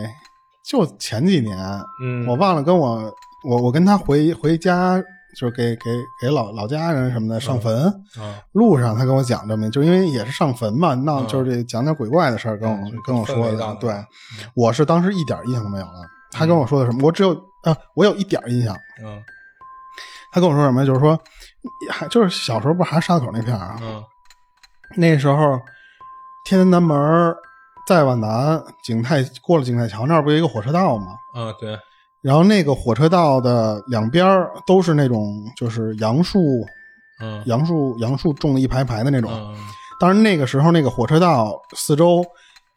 就前几年，嗯，我忘了跟我我我跟他回回家，就是给给给老老家人什么的上坟、啊，路上，他跟我讲这么，就因为也是上坟嘛，那嗯就是这讲点鬼怪的事儿跟我、嗯跟我说氛围的，到那对儿我是当时一点印象都没有了。他跟我说的什么？我只有啊，我有一点印象。嗯他跟我说什么？就是说，还就是小时候不是还是沙口那片儿啊？嗯那时候天安南门儿再往南，景泰过了景泰桥那儿不有一个火车道吗？啊，对，然后那个火车道的两边儿都是那种就是杨树、嗯杨树、杨树种了一排排的那种。嗯当然那个时候那个火车道四周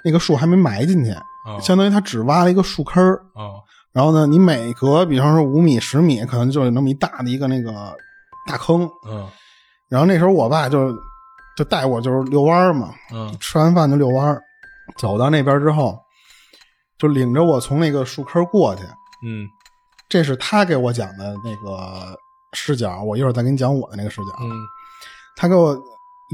那个树还没埋进去，啊相当于它只挖了一个树坑儿。啊然后呢，你每隔比方说五米、十米，可能就有那么一大的一个那个大坑。嗯然后那时候我爸就就带我就是遛弯儿嘛，嗯吃完饭就遛弯儿，走到那边之后，就领着我从那个树坑过去。嗯这是他给我讲的那个视角，我一会儿再给你讲我的那个视角。嗯他给我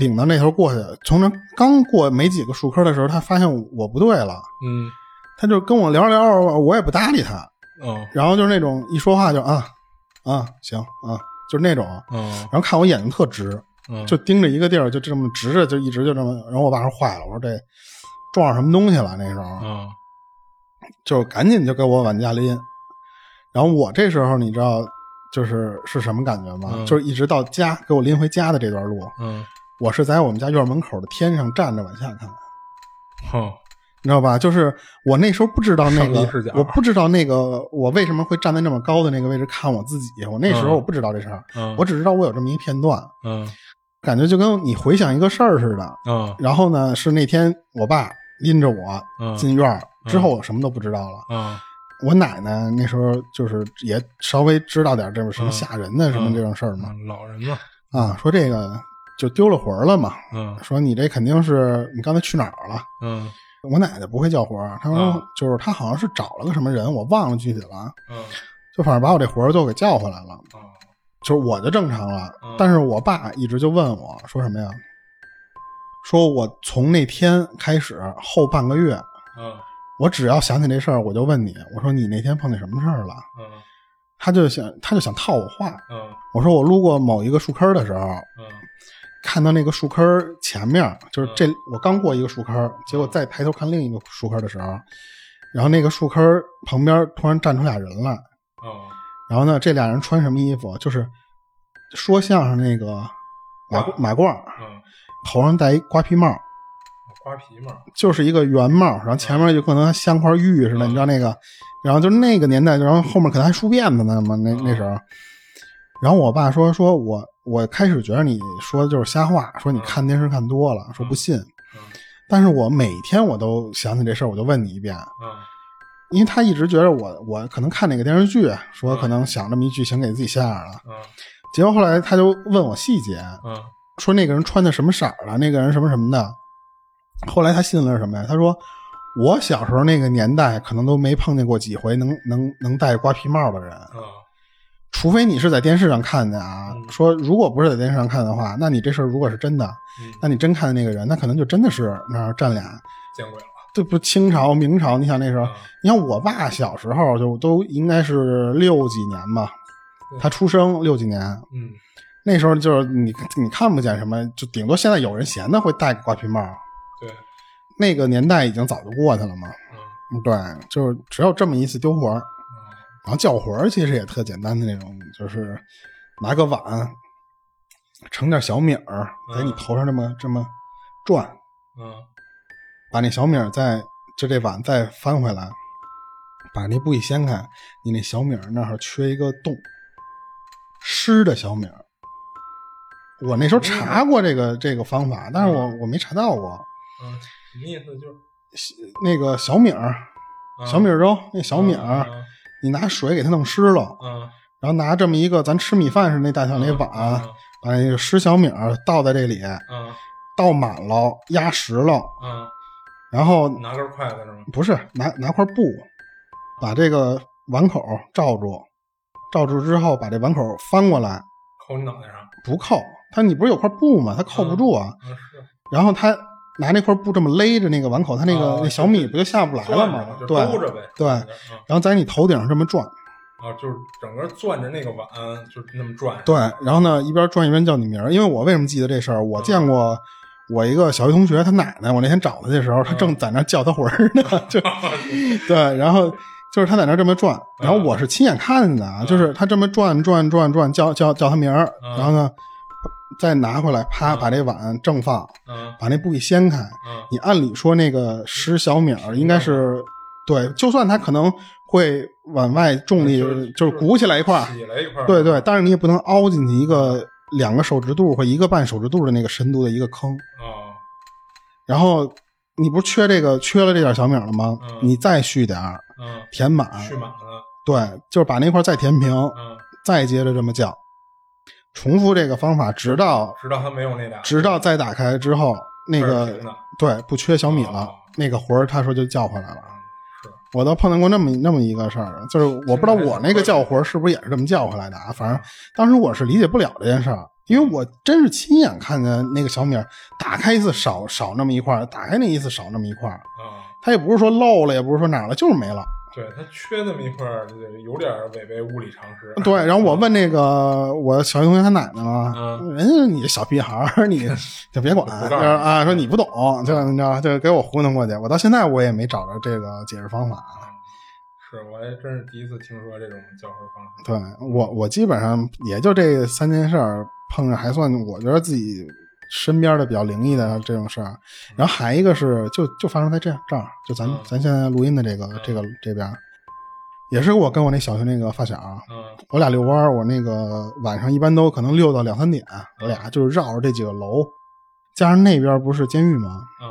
领到那头过去，从那刚过没几个树坑的时候，他发现我不对了，嗯他就跟我聊着聊着，我也不搭理他，哦然后就是那种一说话就啊啊行啊，就是那种，哦然后看我眼睛特直，嗯就盯着一个地儿，就这么直着，就一直就这么，然后我爸说坏了，我说这撞上什么东西了，那时候啊就赶紧就给我往家拎，然后我这时候你知道就是是什么感觉吗？嗯就是一直到家给我拎回家的这段路，嗯我是在我们家院门口的天上站着往下看，哦你知道吧？就是我那时候不知道那上个帝视角，我不知道那个我为什么会站在那么高的那个位置看我自己，我那时候嗯我不知道这事儿，嗯我只知道我有这么一片段，嗯感觉就跟你回想一个事儿似的。啊然后呢，是那天我爸拎着我啊进院儿嗯之后，我什么都不知道了。啊我奶奶那时候就是也稍微知道点这种什么嗯吓人的什么嗯这种事儿嘛，老人嘛啊，说这个就丢了魂儿了嘛，嗯说你这肯定是你刚才去哪儿了。嗯我奶奶不会叫活儿，她说嗯就是她好像是找了个什么人，我忘了具体了，嗯就反正把我这活儿就给叫回来了，哦就是我就正常了嗯。但是我爸一直就问我说什么呀？说我从那天开始后半个月，嗯我只要想起这事儿，我就问你，我说你那天碰见什么事儿了？嗯他就想他就想套我话，嗯我说我路过某一个树坑的时候，嗯看到那个树坑儿前面儿，就是这我刚过一个树坑儿，结果再抬头看另一个树坑儿的时候，然后那个树坑儿旁边突然站出俩人来，哦然后呢，这俩人穿什么衣服？就是说相声那个马马褂儿，嗯头上戴一瓜皮帽，瓜皮嘛就是一个圆帽，然后前面就可能像块玉似的，嗯你知道那个，然后就是那个年代，然后后面可能还梳辫子呢嘛，那嗯那时候。然后我爸说：“说我我开始觉得你说的就是瞎话，说你看电视看多了，说不信。嗯但是我每天我都想起这事儿，我就问你一遍，嗯因为他一直觉得我我可能看哪个电视剧，说嗯可能想这么一剧情给自己吓着了。嗯结果后来他就问我细节，嗯说那个人穿的什么色儿的，那个人什么什么的。后来他信了是什么呀？他说我小时候那个年代可能都没碰见过几回能能能戴瓜皮帽的人，嗯除非你是在电视上看的啊。嗯说如果不是在电视上看的话，那你这事儿如果是真的，那嗯你真看见那个人，那可能就真的是那儿站俩。见鬼了这不清朝、明朝，你想那时候，嗯你看我爸小时候就都应该是六几年吧，对他出生六几年，嗯那时候就是你你看不见什么，就顶多现在有人闲的会戴个瓜皮帽，对那个年代已经早就过去了嘛。嗯对，就是只有这么一次丢魂儿，嗯然后叫魂儿其实也特简单的那种，就是拿个碗盛点小米儿在你头上这么、这么转，嗯把那小米儿再就这碗再翻回来，把那布一掀开，你那小米儿那儿缺一个洞，湿的小米儿。我那时候查过这个这个方法，但是我我没查到过。嗯什么意思就是那个小米儿，嗯小米儿粥，那小米儿，嗯你拿水给它弄湿了，嗯然后拿这么一个咱吃米饭时那大小那碗，把那个湿小米儿倒在这里，嗯倒满了，压实了，嗯然后嗯拿根筷子是吗？不是拿拿块布把这个碗口罩住，罩住之后把这碗口翻过来，扣你脑袋上？不扣它，你不是有块布吗？它扣不住啊。嗯是然后他拿那块布这么勒着那个碗口，他那个、啊那小米不就下不来了吗攥着？就对，兜着呗。对嗯然后在你头顶上这么转，啊，就是整个攥着那个碗，就是那么转。对，然后呢一边转一边叫你名儿。因为我为什么记得这事儿？我见嗯过我一个小学同学，他奶奶，我那天找他的时候，他嗯正在那儿叫他魂儿 呢，就对，然后就是他在那儿这么转，然后我是亲眼看见的啊，嗯就是他这么转转转转，叫叫叫他名儿，嗯然后呢再拿回来，啪嗯把这碗正放，嗯把那布一掀开。嗯你按理说那个十小米儿应该是对，就算他可能会往外重力就是就是鼓起来一块儿，起来一块儿。对对，但是你也不能凹进去一个两个手指肚或一个半手指肚的那个深度的一个坑。哦然后你不是缺这个缺了这点小米儿了吗？嗯你再续点儿，嗯，填满，蓄满了。对，就是把那块儿再填平，嗯，再接着这么叫，重复这个方法，直到直到他没有那俩，直到再打开之后，那这儿个停的对不缺小米了，哦嗯那个魂儿他说就叫回来了。是我倒碰到过那么那么一个事儿，就是我不知道我那个叫魂是不是也是这么叫回来的啊？反正当时我是理解不了这件事儿，因为我真是亲眼看见那个小米儿打开一次少少那么一块儿，打开那一次少那么一块儿，啊。它也不是说漏了，也不是说哪儿了，就是没了。对他缺那么一块儿，就是有点儿违背物理常识。对，然后我问那个我小学同学他奶奶嘛，嗯人家你小屁孩儿，你就别 管，不就干是啊，说你不懂，就你知道，就给我糊弄过去。我到现在我也没找着这个解释方法。是，我还真是第一次听说这种教会方式。对我，我基本上也就这三件事儿碰着，还算我觉得自己身边的比较灵异的这种事儿。啊然后还一个是，就就发生在这样这儿，就咱、嗯咱现在录音的这个这个这边儿，也是我跟我那小学那个发小，啊嗯我俩遛弯儿，我那个晚上一般都可能遛到两三点，我俩就是绕着这几个楼，加上那边不是监狱吗？嗯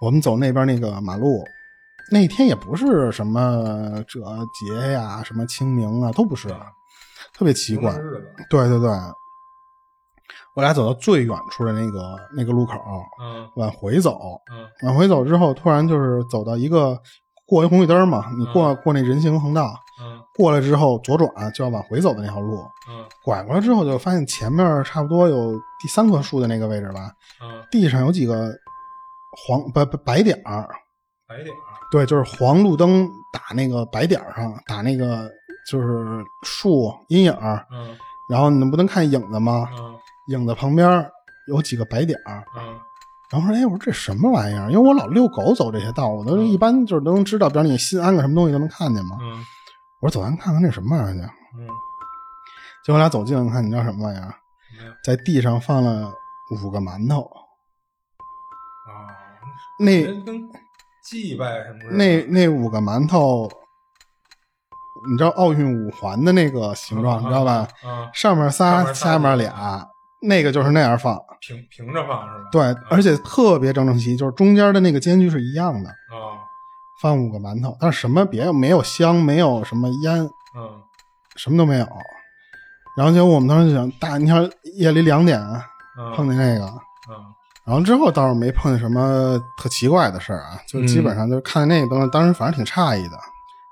我们走那边那个马路，那天也不是什么这节呀、什么清明啊，都不是，特别奇怪什。么日子？对对对，我俩走到最远处的那个那个路口，嗯往回走，嗯往回走之后，突然就是走到一个过一红绿灯嘛，你过过那人行横道，嗯过来之后左转就要往回走的那条路。嗯拐过来之后，就发现前面差不多有第三棵树的那个位置吧，嗯，地上有几个黄白白白点儿，白点儿。对，就是黄路灯打那个白点儿上，打那个就是树阴影儿，嗯然后你不能看影子吗？嗯影子旁边儿有几个白点儿，嗯然后说，哎，我说这什么玩意儿？因为我老遛狗走这些道，我都一般就是都能知道，比如你新安个什么东西都能看见嘛。嗯我说走，咱看看这什么玩意儿去。嗯，结果我俩走近了看，你知道什么玩意儿？没有在地上放了五个馒头。啊，那人跟祭拜什么似的。那那五个馒头，你知道奥运五环的那个形状，你知道吧？？啊，上面上仨，面仨嗯下面俩，那个就是那样放。平平着放是吧？对，而且且特别整整齐，就是中间的那个间距是一样的，啊放五个馒头，但是什么别没有香，没有什么烟，嗯什么都没有。然后结果我们当时就想，大，你看夜里两点嗯碰见那个，嗯然后之后倒是没碰见什么特奇怪的事儿啊，就基本上就是看那个东西，当时反正挺诧异的。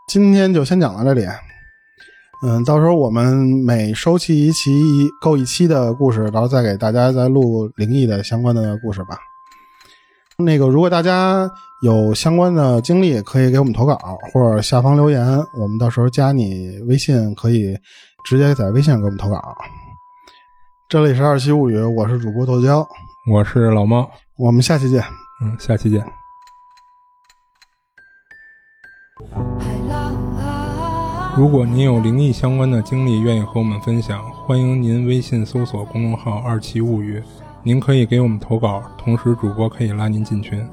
今天就先讲到这里，嗯，到时候我们每收集一期够一期的故事，然后再给大家再录灵异的相关的故事吧。那个，如果大家有相关的经历，可以给我们投稿，或者下方留言，我们到时候加你微信，可以直接在微信上给我们投稿。这里是二七物语，我是主播豆椒。我是老猫，我们下期见。嗯，下期见。如果您有灵异相关的经历，愿意和我们分享，欢迎您微信搜索公众号“二七物语”，您可以给我们投稿，同时主播可以拉您进群。